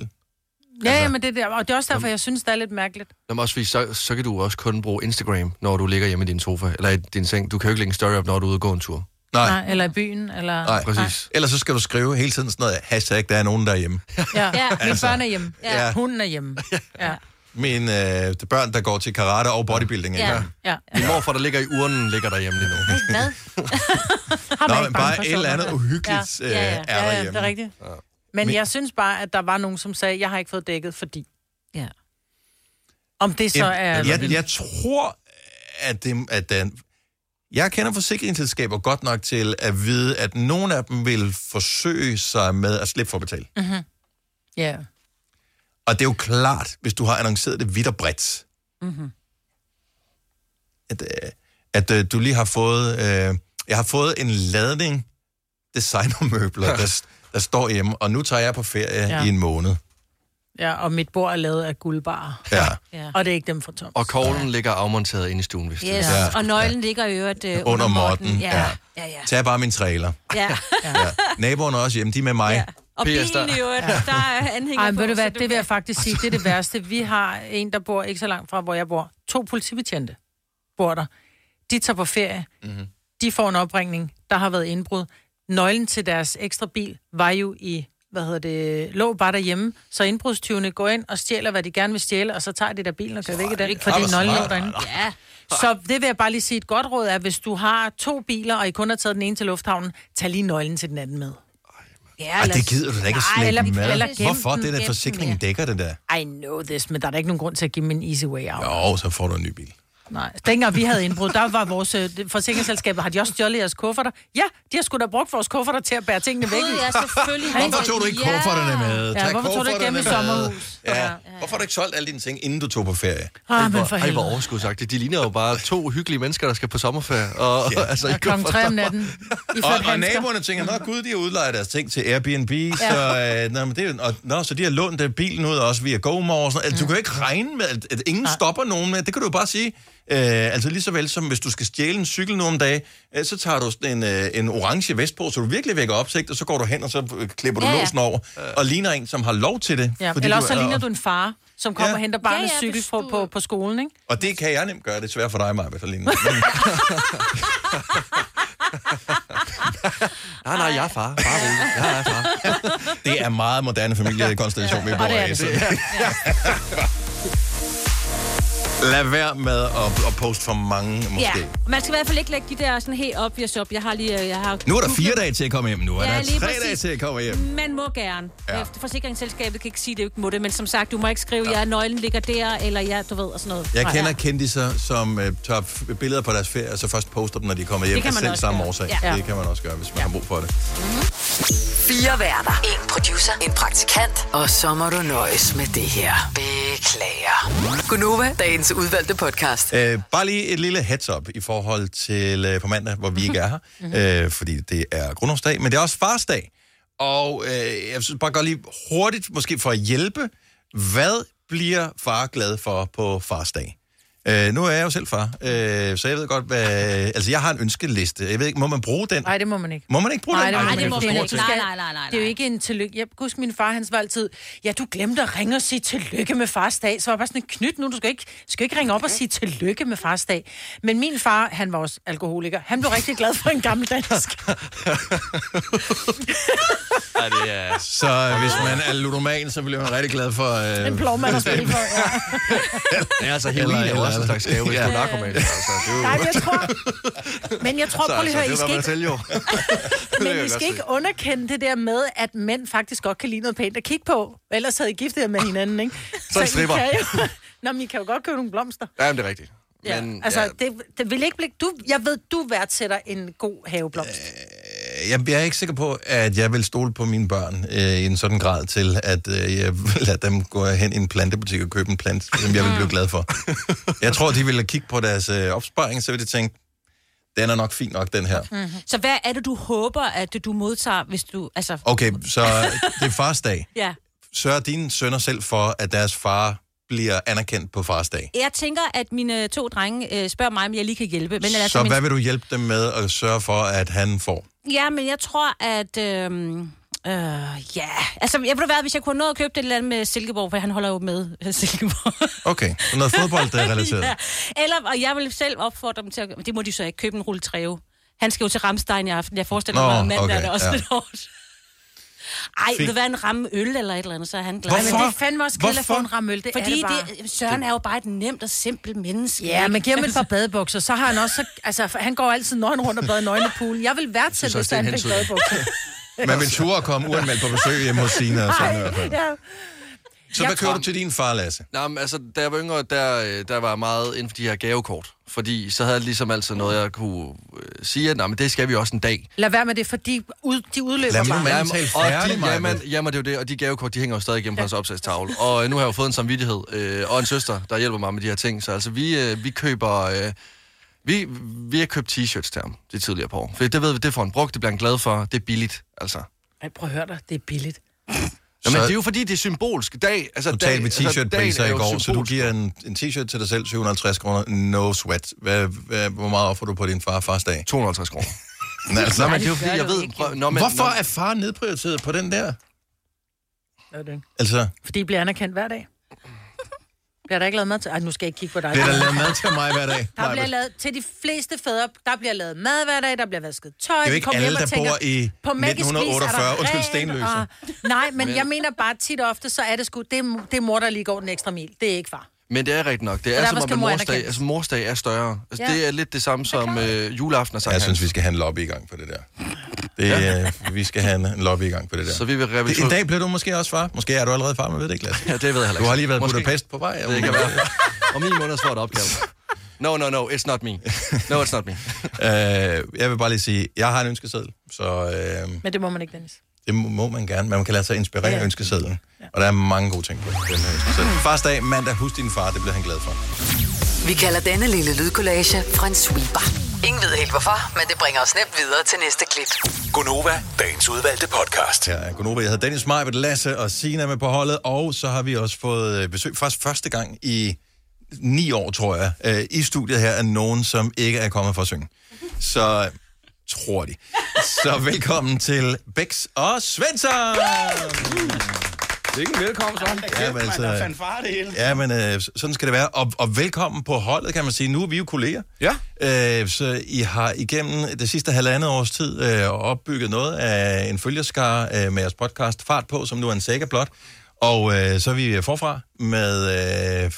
[SPEAKER 2] Ja, altså, men det er der, og det er også derfor, jeg synes, det er lidt mærkeligt.
[SPEAKER 3] Nå, men også fordi, så, så kan du også kun bruge Instagram, når du ligger hjemme i din sofa, eller i din seng. Du kan jo ikke lægge en story op, når du er ude og gå en tur.
[SPEAKER 1] Nej.
[SPEAKER 2] Nej eller i byen, eller...
[SPEAKER 1] Nej, præcis. Ellers så skal du skrive hele tiden sådan noget, hashtag, der er nogen derhjemme.
[SPEAKER 2] Ja, ja. mine
[SPEAKER 1] Altså.
[SPEAKER 2] børn er hjemme.
[SPEAKER 1] Ja.
[SPEAKER 2] Ja. Hunden er hjemme. Ja.
[SPEAKER 1] Mine øh, de børn, der går til karate og bodybuilding.
[SPEAKER 2] Ja.
[SPEAKER 1] Ja.
[SPEAKER 2] ja.
[SPEAKER 3] Min morfar, der ligger i urnen, ligger derhjemme lige nu.
[SPEAKER 2] Hvad?
[SPEAKER 1] Nå, men bare et eller andet uhyggeligt ja.
[SPEAKER 2] ja, ja, ja.
[SPEAKER 1] øh, er
[SPEAKER 2] ja, ja,
[SPEAKER 1] derhjemme.
[SPEAKER 2] det er rigtigt.
[SPEAKER 1] Ja.
[SPEAKER 2] Men
[SPEAKER 1] Men-
[SPEAKER 2] jeg synes bare, at der var nogen, som sagde, jeg har ikke fået dækket, fordi...
[SPEAKER 4] Ja.
[SPEAKER 2] Om det så øh, er...
[SPEAKER 1] jeg, jeg, jeg tror, at, det, at den, jeg kender forsikringsselskaber godt nok til at vide, at nogle af dem vil forsøge sig med at slippe for at betale.
[SPEAKER 2] Mhm. Ja.
[SPEAKER 1] Og det er jo klart, hvis du har annonceret det vidt og bredt,
[SPEAKER 2] Mhm.
[SPEAKER 1] at, øh, at øh, du lige har fået... Øh, jeg har fået en ladning designermøbler, ja. der, der står hjemme, og nu tager jeg på ferie
[SPEAKER 2] Ja.
[SPEAKER 1] ja. i en måned.
[SPEAKER 2] ja, og mit bord er lavet af guldbarer.
[SPEAKER 1] Ja.
[SPEAKER 2] ja. Og det er ikke dem fra Tom.
[SPEAKER 3] Og koglen ligger afmonteret inde i stuen, hvis
[SPEAKER 4] Yes. Ja. Og nøglen ligger i øvrigt øh, under,
[SPEAKER 1] Under
[SPEAKER 4] måtten.
[SPEAKER 1] måtten,
[SPEAKER 4] Ja.
[SPEAKER 1] ja.
[SPEAKER 4] Ja, ja.
[SPEAKER 1] Tag bare min trailer.
[SPEAKER 4] ja.
[SPEAKER 1] Ja. Naboerne er også hjemme, de er med mig. Ja.
[SPEAKER 4] Og bilen i øvrigt, der er anhænger
[SPEAKER 2] Ej, men
[SPEAKER 4] på,
[SPEAKER 2] ved du
[SPEAKER 4] så
[SPEAKER 2] hvad,
[SPEAKER 4] du
[SPEAKER 2] det vil
[SPEAKER 4] kan-
[SPEAKER 2] jeg faktisk sige, det er det værste. Vi har en, der bor ikke så langt fra, hvor jeg bor. To politibetjente bor der. De tager på ferie.
[SPEAKER 3] Mhm.
[SPEAKER 1] Mm-hmm.
[SPEAKER 2] De får en opringning. Der har været indbrud. Nøglen til deres ekstra bil var jo i, hvad hedder det, lå bare derhjemme. Så indbrudstyvene går ind og stjæler, hvad de gerne vil stjæle, og så tager de der bilen og kører væk i den, fordi
[SPEAKER 4] hvor
[SPEAKER 2] nøglen lå
[SPEAKER 4] smart.
[SPEAKER 2] derinde. Ja. Så det vil jeg bare lige sige et godt råd er, hvis du har to biler, og I kun har taget den ene til lufthavnen, tag lige nøglen til den anden med. Ja,
[SPEAKER 1] Ej, det gider du da ikke at slække med. Hvorfor det der forsikring dækker det der?
[SPEAKER 2] I know this, men der er da ikke nogen grund til at give dem en easy way out.
[SPEAKER 1] Jo, så får du en ny bil.
[SPEAKER 2] Nej. Dengang vi havde indbrud, der var vores øh, forsikringsselskaber, har de også stjålet jeres kufferter? Ja, de har sgu da brugt vores kufferter til at bære tingene væk.
[SPEAKER 4] Gud, ja, selvfølgelig.
[SPEAKER 1] Hvorfor tog du ikke
[SPEAKER 2] Ja.
[SPEAKER 1] kufferterne med?
[SPEAKER 2] Ja,
[SPEAKER 1] Tag
[SPEAKER 2] hvorfor tog du ikke dem i
[SPEAKER 1] kufferterne med.
[SPEAKER 2] sommerhus?
[SPEAKER 1] Ja. Hvorfor har du ikke solgt alle dine ting, inden du tog på ferie?
[SPEAKER 2] Ah, men for
[SPEAKER 3] Ej, hvor
[SPEAKER 2] helvede.
[SPEAKER 3] overskudsagtigt. De ligner jo bare to hyggelige mennesker, der skal på sommerferie. Og, ja. altså,
[SPEAKER 2] Ja, klokken tre om natten. I
[SPEAKER 1] Og,
[SPEAKER 2] og,
[SPEAKER 1] og naboerne tænker, nå gud, de har udlejet deres ting til Airbnb,
[SPEAKER 2] Ja.
[SPEAKER 1] så, øh, nå, men det, er jo- og, nå, så de har lånt øh, bilen ud også via GoMore. og sådan noget. Altså, Du kan jo ikke regne med, at, at ingen stopper nogen med. Det kan du jo bare sige. Øh, altså lige så vel som, hvis du skal stjæle en cykel nogle dage, øh, så tager du sådan en, øh, en orange vest på, så du virkelig vækker opsigt, og så går du hen, og så øh, klipper du
[SPEAKER 2] Ja,
[SPEAKER 1] ja,
[SPEAKER 2] ja.
[SPEAKER 1] låsen over, og ligner en, som har lov til det.
[SPEAKER 2] Ja,
[SPEAKER 1] fordi
[SPEAKER 2] eller også så
[SPEAKER 1] er-
[SPEAKER 2] ligner du en far, som kommer ja. og henter barnets ja, ja, cykel på, på, på skolen, ikke?
[SPEAKER 1] Og det kan jeg nemt gøre, det er svært for dig, Maja, så ligner. Men,
[SPEAKER 3] Nej, nej, jeg er far. Far ved. det. Jeg er far.
[SPEAKER 1] det er meget moderne familiekonstellation, vi bor
[SPEAKER 3] Og det er
[SPEAKER 1] i.
[SPEAKER 3] det.
[SPEAKER 1] Så.
[SPEAKER 3] Ja.
[SPEAKER 1] Lad være med at, at poste for mange, måske.
[SPEAKER 4] Ja, og man skal i hvert fald ikke lægge de der sådan helt obvious op. Jeg har lige... øh, Jeg har
[SPEAKER 1] Nu er der fire dage til at komme hjem. Nu er
[SPEAKER 4] Ja,
[SPEAKER 1] der
[SPEAKER 4] lige
[SPEAKER 1] tre
[SPEAKER 4] præcis.
[SPEAKER 1] dage til at komme hjem.
[SPEAKER 4] Man må gerne.
[SPEAKER 1] Ja.
[SPEAKER 4] Ja. Forsikringsselskabet kan ikke sige, at det ikke må det, men som sagt, du må ikke skrive, ja. ja, nøglen ligger der, eller ja, du ved, og sådan noget.
[SPEAKER 1] Jeg
[SPEAKER 4] Nej.
[SPEAKER 1] kender kendiser, som uh, tager f- billeder på deres ferie, og så først poster dem, når de kommer hjem
[SPEAKER 4] Det kan
[SPEAKER 1] af
[SPEAKER 4] man
[SPEAKER 1] selv
[SPEAKER 4] også
[SPEAKER 1] samme
[SPEAKER 4] gøre.
[SPEAKER 1] årsag.
[SPEAKER 4] Ja.
[SPEAKER 1] Det kan man også gøre, hvis man har brug for det.
[SPEAKER 5] Fire værter. En producer. En praktikant. Og så må du nøjes med det her. Beklager. Gunova, dagens udvalgte podcast.
[SPEAKER 1] Øh, bare lige et lille heads up i forhold til øh, på mandag, hvor vi ikke er her, øh, fordi det er grundlovsdag, men det er også farsdag. Og øh, jeg synes bare godt lige hurtigt, måske for at hjælpe, hvad bliver far glad for på farsdag? Øh, nu er jeg jo selv far, øh, så jeg ved godt, hvad... Altså, jeg har en ønskeliste. Jeg ved ikke, må man bruge den?
[SPEAKER 2] Nej, det må man ikke.
[SPEAKER 1] Må man ikke bruge den?
[SPEAKER 2] Nej, det må
[SPEAKER 1] for
[SPEAKER 2] man
[SPEAKER 1] stor
[SPEAKER 2] ikke.
[SPEAKER 1] til.
[SPEAKER 2] nej, nej, nej. Det er jo ikke en tillykke. Jeg husker, min far, han var altid, ja, du glemte at ringe og sige tillykke med fars dag. Så var jeg bare sådan, knyt nu, du skal ikke, skal ikke ringe op og sige tillykke med fars dag. Men min far, han var også alkoholiker. Han blev rigtig glad for en gammel dansk.
[SPEAKER 3] Ja, det er...
[SPEAKER 1] Så øh, hvis man er ludoman, så bliver man rigtig glad for... Øh,
[SPEAKER 2] En plovmand at spille for. Ja.
[SPEAKER 3] Ja, altså, heroin er jo også en slags gave, hvis du er narkoman. Altså, det er jo...
[SPEAKER 2] Nej, men jeg tror... Men jeg tror,
[SPEAKER 3] Så
[SPEAKER 2] prøv lige at høre, I skal ikke,
[SPEAKER 3] jo.
[SPEAKER 2] men I skal ikke underkende det der med, at mænd faktisk godt kan lide noget pænt at kigge på. Ellers havde I giftet jer med hinanden, ikke?
[SPEAKER 3] Så en
[SPEAKER 2] I
[SPEAKER 3] stripper.
[SPEAKER 2] kan jo... Nå, men I kan jo godt købe nogle blomster.
[SPEAKER 3] Ja, men det er rigtigt.
[SPEAKER 2] Ja,
[SPEAKER 3] Men,
[SPEAKER 2] altså, det, det vil ikke blive... Du, jeg ved, du værdsætter en god haveblomst.
[SPEAKER 1] Øh, Jeg, jeg er ikke sikker på, at jeg vil stole på mine børn øh, i en sådan grad til, at øh, jeg vil lade dem gå hen i en plantebutik og købe en plant, som jeg vil blive glad for. Jeg tror, de ville kigge på deres øh, opsparing, så ville de tænke, den er nok fin nok, den her.
[SPEAKER 4] Mm-hmm. Så hvad er det, du håber, at du modtager, hvis du... Altså,
[SPEAKER 1] Okay, så det er fars dag.
[SPEAKER 4] ja.
[SPEAKER 1] Sørg dine sønner selv for, at deres far bliver anerkendt på fars dag.
[SPEAKER 4] Jeg tænker, at mine to drenge øh, spørger mig, om jeg lige kan hjælpe. Men altså,
[SPEAKER 1] Så
[SPEAKER 4] min-
[SPEAKER 1] hvad vil du hjælpe dem med at sørge for, at han får?
[SPEAKER 4] Ja, men jeg tror, at... Øh, Øh, ja. Altså, jeg ville være, hvis jeg kunne nå at købe det eller andet med Silkeborg, for han holder jo med øh, Silkeborg.
[SPEAKER 1] Okay, så noget fodbold, der er relateret.
[SPEAKER 4] ja. Eller, og jeg vil selv opfordre dem til at... Det må de så ikke købe en rulle træve. Han skal jo til Ramstein i aften. Jeg forestiller
[SPEAKER 1] Nå,
[SPEAKER 4] mig, at mandag
[SPEAKER 1] okay,
[SPEAKER 4] er det også
[SPEAKER 1] ja.
[SPEAKER 4] ja. lidt hårdt. Ej,
[SPEAKER 1] Fint.
[SPEAKER 4] vil det være en ramme øl eller et eller andet, så er han glad.
[SPEAKER 2] Hvorfor? Ej, men det er fandme også kedeligt at få en ramme øl, det er
[SPEAKER 4] Fordi
[SPEAKER 2] det bare.
[SPEAKER 4] Det, Søren er jo bare et nemt og simpelt menneske.
[SPEAKER 2] Ja,
[SPEAKER 4] ikke?
[SPEAKER 2] men giv ham et par badebukser, så har han også... så- Altså, for han går altid nøgen rundt og bader nøgen i poolen. Jeg vil
[SPEAKER 1] synes
[SPEAKER 2] værdsætte, hvis
[SPEAKER 1] også, det er
[SPEAKER 2] han
[SPEAKER 1] en hensyn.
[SPEAKER 2] fik badebukser.
[SPEAKER 1] Man vil turde at komme uanmeldt på besøg hjemme hos Sina og sådan i hvert fald.
[SPEAKER 2] ja.
[SPEAKER 1] Så hvad kører du til din far, Lasse?
[SPEAKER 3] Nej, men altså, da jeg var yngre, der, øh, der var jeg meget inden for de her gavekort. Fordi så havde jeg ligesom altid noget, jeg kunne øh, sige, at "Nå, men det skal vi også en dag.
[SPEAKER 2] Lad være med det, fordi ud, de udløber bare.
[SPEAKER 3] Jamen, og de, jamen, jamen, det er jo det, og de gavekort, de hænger jo stadig gennem på hans opslagstavle. Og øh, nu har jeg jo fået en samvittighed, øh, og en søster, der hjælper mig med de her ting. Så altså, vi, øh, vi køber... Øh, vi, vi har købt t-shirts til ham de tidligere på år. For det ved vi, det får han brugt, det bliver han glad for, det er billigt, altså.
[SPEAKER 2] Ej, prøv at høre dig, det er billigt.
[SPEAKER 3] Jamen, det er jo fordi, det er symbolsk. Dag, altså,
[SPEAKER 1] Du
[SPEAKER 3] dag,
[SPEAKER 1] talte med
[SPEAKER 3] dagen
[SPEAKER 1] t-shirt-priser
[SPEAKER 3] er
[SPEAKER 1] i
[SPEAKER 3] jo
[SPEAKER 1] går, så du
[SPEAKER 3] symbolsk.
[SPEAKER 1] giver en, en t-shirt til dig selv, 750 kroner, no sweat. Hvad, hvad, hvor meget offer du på din far fars dag?
[SPEAKER 3] 250 kroner.
[SPEAKER 1] Nå, altså,
[SPEAKER 3] Nå, men det er jo fordi, jeg ved... Prøv, når man,
[SPEAKER 1] Hvorfor
[SPEAKER 3] når,
[SPEAKER 1] er far nedprioriteret på den der?
[SPEAKER 2] Gør det ikke.
[SPEAKER 1] Altså,
[SPEAKER 2] Fordi I bliver anerkendt hver dag. Bliver der ikke lavet mad til? Ej, nu skal jeg ikke kigge på dig.
[SPEAKER 1] bliver der lavet mad til mig hver dag?
[SPEAKER 2] Der bliver
[SPEAKER 1] Maja?
[SPEAKER 2] lavet, til de fleste fædre, der bliver lavet mad hver dag, der bliver vasket tøj.
[SPEAKER 1] Det er jo
[SPEAKER 2] de
[SPEAKER 1] ikke
[SPEAKER 2] kommer
[SPEAKER 1] alle,
[SPEAKER 2] hjem og
[SPEAKER 1] der bor i
[SPEAKER 2] på Mækkes Vis er der
[SPEAKER 1] 1948. Undskyld,
[SPEAKER 2] rent,
[SPEAKER 1] Stenløse.
[SPEAKER 2] og- Nej, men,
[SPEAKER 3] Men-
[SPEAKER 2] jeg mener bare tit og ofte, så er det sgu, det er, det er mor, der lige går den ekstra mil. Det er ikke far.
[SPEAKER 3] men det er rigtigt nok. Det
[SPEAKER 2] Og
[SPEAKER 3] er
[SPEAKER 2] derfor
[SPEAKER 3] som om,
[SPEAKER 2] skal
[SPEAKER 3] at
[SPEAKER 2] mor
[SPEAKER 3] morsdag,
[SPEAKER 2] anerkendes.
[SPEAKER 3] altså, morsdag er større. Altså,
[SPEAKER 2] Ja.
[SPEAKER 3] Det er lidt det samme som øh, juleaften og Sankt
[SPEAKER 1] Jeg synes,
[SPEAKER 3] Hans.
[SPEAKER 1] vi skal have en lobby i gang på det der. Det,
[SPEAKER 3] Ja.
[SPEAKER 1] øh, vi skal have en, en lobby i gang på det der.
[SPEAKER 3] Så vi vil
[SPEAKER 1] Det- En dag bliver du måske også far. Måske er du allerede far, man ved det ikke, Lasse.
[SPEAKER 3] Ja, det ved jeg heller ikke.
[SPEAKER 1] Du har lige været i
[SPEAKER 3] Måske.
[SPEAKER 1] Budapest på vej.
[SPEAKER 3] Det kan være. Om ni måneder får du opgave. No, no, no, it's not me. No, it's not me.
[SPEAKER 1] øh, jeg vil bare lige sige, jeg har en ønskeseddel, så øh,
[SPEAKER 2] Men det må man ikke, Dennis.
[SPEAKER 1] det må- må man gerne. Man kan lade sig inspirere af
[SPEAKER 2] Ja. Mm.
[SPEAKER 1] ønskesedlen. Og der er mange gode ting på den her ønskeseddel. Fars dag, mandag, husk din far, det bliver han glad for.
[SPEAKER 5] Vi kalder denne lille lydkollage Frans sweeper. Ingen ved helt hvorfor, men det bringer os nemt videre til næste klip.
[SPEAKER 6] Gunova, dagens udvalgte podcast.
[SPEAKER 1] Her er Gunova. Jeg havde Dennis Majbet, Lasse og Sina med på holdet, og så har vi også fået øh, besøg faktisk første gang i ni år, tror jeg, øh, i studiet her af nogen, som ikke er kommet for at synge. Så tror de. Så velkommen til Bex og Svensson!
[SPEAKER 12] Hvilken velkommen, så.
[SPEAKER 1] Ja, men altså-
[SPEAKER 12] der fandt far det hele.
[SPEAKER 1] Ja, men øh, sådan skal det være. Og, og velkommen på holdet, kan man sige. Nu er vi jo kolleger. Ja. Øh, så I har igennem det sidste halvandet års tid øh, opbygget noget af en følgerskare øh, med jeres podcast Fart på, som nu er en sækker blot. Og øh, så er vi forfra med, øh,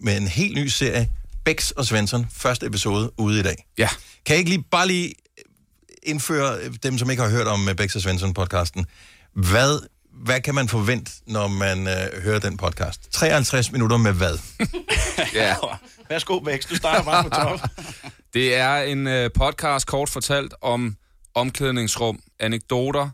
[SPEAKER 1] med en helt ny serie, Bex og Svensson, første episode ude i dag.
[SPEAKER 12] Ja.
[SPEAKER 1] Kan I ikke lige, bare lige indføre øh, dem, som ikke har hørt om øh, Bex og Svensson-podcasten? Hvad, hvad kan man forvente, når man øh, hører den podcast? 53 minutter med hvad?
[SPEAKER 12] Ja. Værsgo, Max, du starter bare på top. det er en øh, podcast, kort fortalt, om omklædningsrum, anekdoter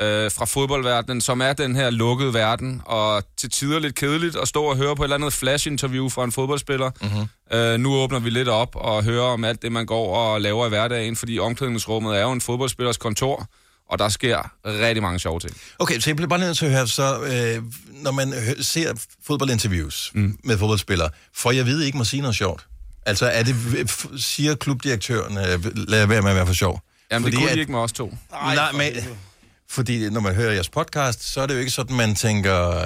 [SPEAKER 12] øh, fra fodboldverdenen, som er den her lukkede verden, og til tider lidt kedeligt at stå og høre på et eller andet flash-interview fra en fodboldspiller.
[SPEAKER 1] Mhm. Mm.
[SPEAKER 12] Mm-hmm. Øh, nu åbner vi lidt op og hører om alt det, man går og laver i hverdagen, fordi omklædningsrummet er jo en fodboldspillers kontor, og der sker rigtig mange sjove ting.
[SPEAKER 1] Okay, så jeg bliver bare nødt til at høre, så øh, når man hø- ser fodboldinterviews mm. med fodboldspillere, får jeg at vide, at I ikke må sige noget sjovt? Altså, er det, f- siger klubdirektøren, øh, lad være med at være for sjov?
[SPEAKER 12] Jamen, Fordi det kunne
[SPEAKER 1] at-
[SPEAKER 12] de ikke med os to.
[SPEAKER 1] Nej, men... Fordi når man hører jeres podcast, så er det jo ikke sådan, man tænker, øh,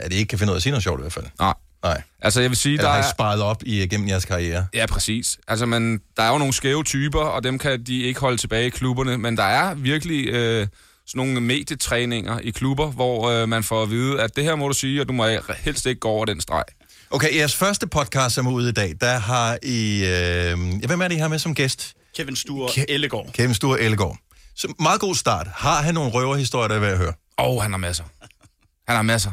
[SPEAKER 1] at I ikke kan finde ud af at sige noget sjovt i hvert fald.
[SPEAKER 12] Nej.
[SPEAKER 1] Nej.
[SPEAKER 12] Altså, jeg vil sige,
[SPEAKER 1] Eller
[SPEAKER 12] der
[SPEAKER 1] har I
[SPEAKER 12] er-
[SPEAKER 1] sparet op i, gennem jeres karriere?
[SPEAKER 12] Ja, præcis. Altså, man, der er jo nogle skæve typer, og dem kan de ikke holde tilbage i klubberne, men der er virkelig øh, sådan nogle medietræninger i klubber, hvor øh, man får at vide, at det her må du sige, og du må helst ikke gå over den streg.
[SPEAKER 1] Okay, jeres første podcast, som er ude i dag, der har I... Øh, ja, hvem er det, I har med som gæst?
[SPEAKER 12] Kevin Sture
[SPEAKER 1] Ke-
[SPEAKER 12] Ellegaard.
[SPEAKER 1] Kevin Sture Ellegaard. Så meget god start. Har han nogle røverhistorier, der er ved at høre?
[SPEAKER 12] Åh, oh, han har masser. Han har masser.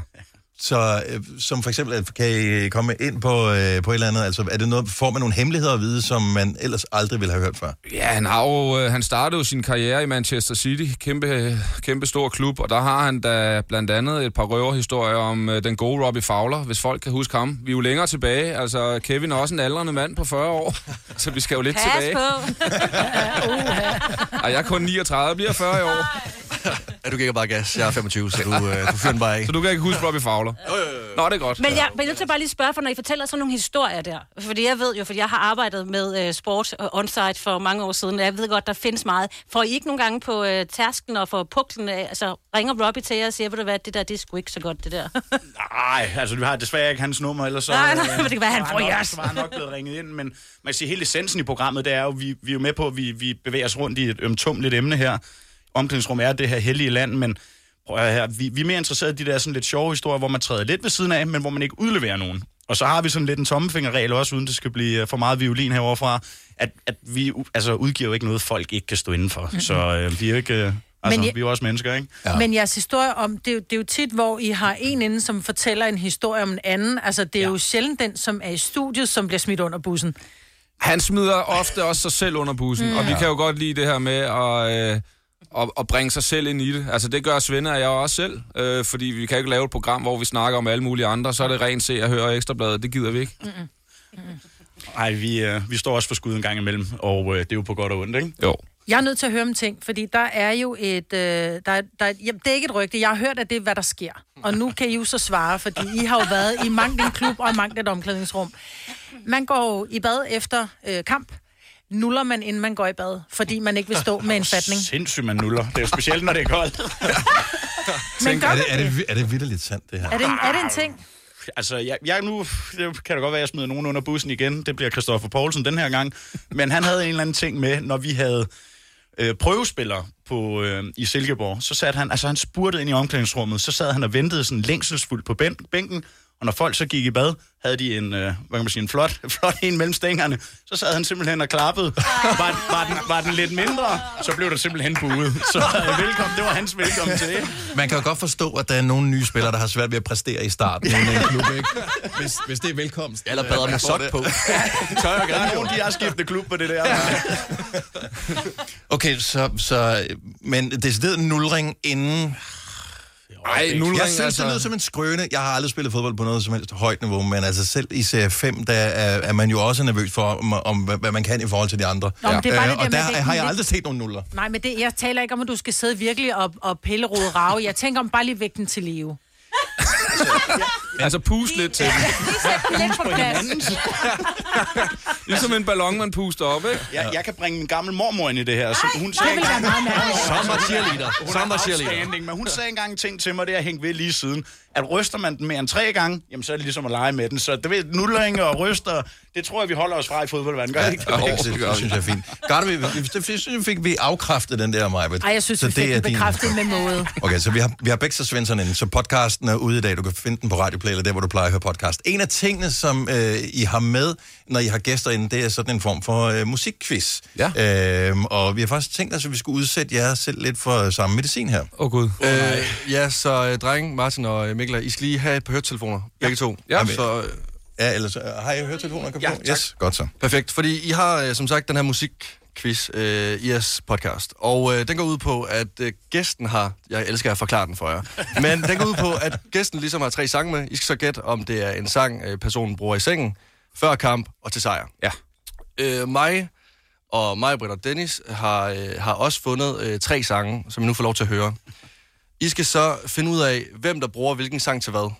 [SPEAKER 1] Så øh, som for eksempel, at- kan I komme ind på, øh, på et eller andet? Altså, er det noget, får man nogle hemmeligheder at vide, som man ellers aldrig ville have hørt før?
[SPEAKER 12] Ja, han, har jo, øh, han startede jo sin karriere i Manchester City, kæmpe, kæmpe stor klub, og der har han da blandt andet et par røverhistorier om øh, den gode Robbie Fowler, hvis folk kan huske ham. Vi er jo længere tilbage, altså Kevin er også en aldrende mand på 40 år, så vi skal jo lidt
[SPEAKER 4] Pas
[SPEAKER 12] tilbage.
[SPEAKER 4] på.
[SPEAKER 12] Og jeg er kun 39, bliver 40 i år.
[SPEAKER 3] Ja, du giver bare gas. Jeg er 25, så du, øh, du fyrer den bare af. Så
[SPEAKER 12] du kan ikke huske Robbie Fowler? Nå, det er godt.
[SPEAKER 4] Men jeg bliver nødt til at bare lige spørge, for når I fortæller sådan nogle historier der, fordi jeg ved jo, fordi jeg har arbejdet med øh, sport øh, onsite for mange år siden, og jeg ved godt, der findes meget. Får I ikke nogle gange på øh, tærsken og får puklen af, altså ringer Robbie til jer og siger, ved du hvad, det der, det er sgu ikke så godt, det der.
[SPEAKER 13] Nej, altså vi har desværre ikke hans nummer, eller så...
[SPEAKER 4] Nej, nej,
[SPEAKER 13] øh,
[SPEAKER 4] men det kan være, han
[SPEAKER 13] så
[SPEAKER 4] får
[SPEAKER 13] er nok-
[SPEAKER 4] jeres.
[SPEAKER 13] Så var han nok blevet ringet ind, men man kan sige, hele essensen i programmet, det er jo, vi, vi er jo med på, at vi, vi bevæger os rundt i et ømtumligt emne her. Omklædningsrum er det her hellige land, men prøv at høre her, vi, vi er mere interesserede i de der sådan lidt sjove historier, hvor man træder lidt ved siden af, men hvor man ikke udleverer nogen. Og så har vi sådan lidt en tommefingerregel også, uden det skal blive øh, for meget violin heroverfra, at, at vi u- altså, udgiver jo ikke noget, folk ikke kan stå indenfor.
[SPEAKER 2] Mhm.
[SPEAKER 13] Så øh, vi er jo ikke... Øh, altså,
[SPEAKER 2] jeg-
[SPEAKER 13] vi er jo også mennesker, ikke?
[SPEAKER 2] Ja. Men jeres historie om, det er, jo, det er jo tit, hvor I har en inden, som fortæller en historie om en anden. Altså, det er ja. jo sjældent den, som er i studiet, som bliver smidt under bussen.
[SPEAKER 12] Han smider ofte også sig selv under bussen,
[SPEAKER 2] Mm.
[SPEAKER 12] mm. og vi
[SPEAKER 2] Ja.
[SPEAKER 12] kan jo godt lide det her med at, øh, at, at bringe sig selv ind i det. Altså det gør Svende og jeg også selv, øh, fordi vi kan ikke lave et program, hvor vi snakker om alle mulige andre, så er det rent se og høre og ekstrabladet, det gider vi ikke.
[SPEAKER 13] Nej, vi, øh, vi står også for skud en gang imellem, og øh, det er jo på godt og ondt, ikke?
[SPEAKER 12] Jo.
[SPEAKER 2] Jeg er nødt til at høre om ting, fordi der er jo et... Øh, der, er- der, er- jamen, det er ikke et rygte. Jeg har hørt, at det er, hvad der sker. Og nu kan I jo så svare, fordi I har jo været i mangt en klub og i mangt et omklædningsrum. Man går jo i bad efter øh, kamp. Nuller man, inden man går i bad, fordi man ikke vil stå med en fatning.
[SPEAKER 13] Sindssygt, man nuller. Det er jo specielt, når det er koldt.
[SPEAKER 2] Men gør
[SPEAKER 1] er,
[SPEAKER 2] man
[SPEAKER 1] det, er,
[SPEAKER 2] det?
[SPEAKER 1] det, er det vildt lidt sandt, det her?
[SPEAKER 2] Er det, en- er det en ting?
[SPEAKER 13] Altså, jeg, jeg nu det kan det godt være, at jeg smider nogen under bussen igen. Det bliver Christoffer Poulsen den her gang. Men han havde en eller anden ting med, når vi havde øh, prøvespillere på, øh, i Silkeborg. Så satte han, altså han spurgte ind i omklædningsrummet. Så sad han og ventede sådan længselsfuldt på bæn- bænken. Og når folk så gik i bad, havde de en, øh, hvad kan man sige, en flot, flot en mellem stængerne. Så sad han simpelthen og klappede. Var, den- var, den, var den lidt mindre, så blev der simpelthen buet. Så øh, velkommen, det var hans velkommen til. ikke?
[SPEAKER 1] Man kan jo godt forstå, at der er nogle nye spillere, der har svært ved at præstere i starten. Men, øh, klub, ikke? Hvis, hvis det er velkomst.
[SPEAKER 3] Eller bedre med sok på.
[SPEAKER 13] Tøj og gerne. Nogen, de har skiftet klub på det der.
[SPEAKER 1] Okay, så, så men decideret nulring inden...
[SPEAKER 12] Ej, nulring,
[SPEAKER 1] jeg synes, altså...
[SPEAKER 12] altså.
[SPEAKER 1] det lyder som en skrøne. Jeg har aldrig spillet fodbold på noget som helst højt niveau, men altså selv i serie 5, der er, er man jo også nervøs for, om, om hvad, hvad man kan i forhold til de andre.
[SPEAKER 2] Nå, men det er bare det
[SPEAKER 1] Øh, og
[SPEAKER 2] der,
[SPEAKER 1] der
[SPEAKER 2] man kan
[SPEAKER 1] har jeg
[SPEAKER 2] ikke-
[SPEAKER 1] aldrig set nogen nuller.
[SPEAKER 2] Nej, men det, jeg taler ikke om, at du skal sidde virkelig og, og pille rode rave. Jeg tænker om bare lige vægten til live.
[SPEAKER 12] Altså pust lidt til den.
[SPEAKER 2] Lidt på plads.
[SPEAKER 12] Ligesom en ballon, man puster op, ikke?
[SPEAKER 13] Jeg, jeg kan bringe min gammel mormor ind i det her. Så hun
[SPEAKER 12] det ville være meget mærkeligt.
[SPEAKER 13] Hun er-
[SPEAKER 12] Som cheerleader.
[SPEAKER 13] Hun
[SPEAKER 12] Som
[SPEAKER 13] er
[SPEAKER 12] cheerleader.
[SPEAKER 13] outstanding, men hun sagde engang en ting til mig, det har hængt ved lige siden. At ryster man den mere end tre gange, jamen så er det ligesom at lege med den. Så det ved, nullinger og ryster, det tror jeg, vi holder os fra i fodboldverdenen. Gør
[SPEAKER 1] Ja,
[SPEAKER 13] ja,
[SPEAKER 1] det,
[SPEAKER 13] ikke
[SPEAKER 1] det, det synes jeg er fint. Garde, vi, vi- det synes jeg fik vi afkræftet den der, Maja.
[SPEAKER 2] Ej, jeg synes, vi
[SPEAKER 14] er
[SPEAKER 2] fik det bekræftet med måde.
[SPEAKER 1] Okay, så vi har, vi har Bæks og Svensson inde, så podcasten er ude i dag. Du kan finde den på Radio Play, eller der, hvor du plejer at høre podcast. En af tingene, som øh, I har med, når I har gæster inde, det er sådan en form for øh, musikquiz. Ja. Øhm, og vi har faktisk tænkt os, at vi skulle udsætte jer selv lidt for øh, samme medicin her.
[SPEAKER 12] Åh oh, gud.
[SPEAKER 3] Øh, ja, så øh, dreng, Martin og øh, Mikkel, I skal lige have et par høretelefoner. Begge to.
[SPEAKER 1] Ja.
[SPEAKER 3] så, øh,
[SPEAKER 1] Ja, ellers øh, har I høretelefoner? Kan
[SPEAKER 3] Ja,
[SPEAKER 1] på? Yes, godt så.
[SPEAKER 3] Perfekt, fordi I har øh, som sagt den her musikquiz øh, i jeres podcast, og øh, den går ud på, at øh, gæsten har, jeg elsker at forklare den for jer, men den går ud på, at gæsten ligesom har tre sange med. I skal så gætte, om det er en sang, øh, personen bruger i sengen, før kamp og til sejr.
[SPEAKER 12] Ja.
[SPEAKER 3] Øh, mig og mig, Britt og Dennis har, øh, har også fundet øh, tre sange, som I nu får lov til at høre. I skal så finde ud af, hvem der bruger hvilken sang til hvad.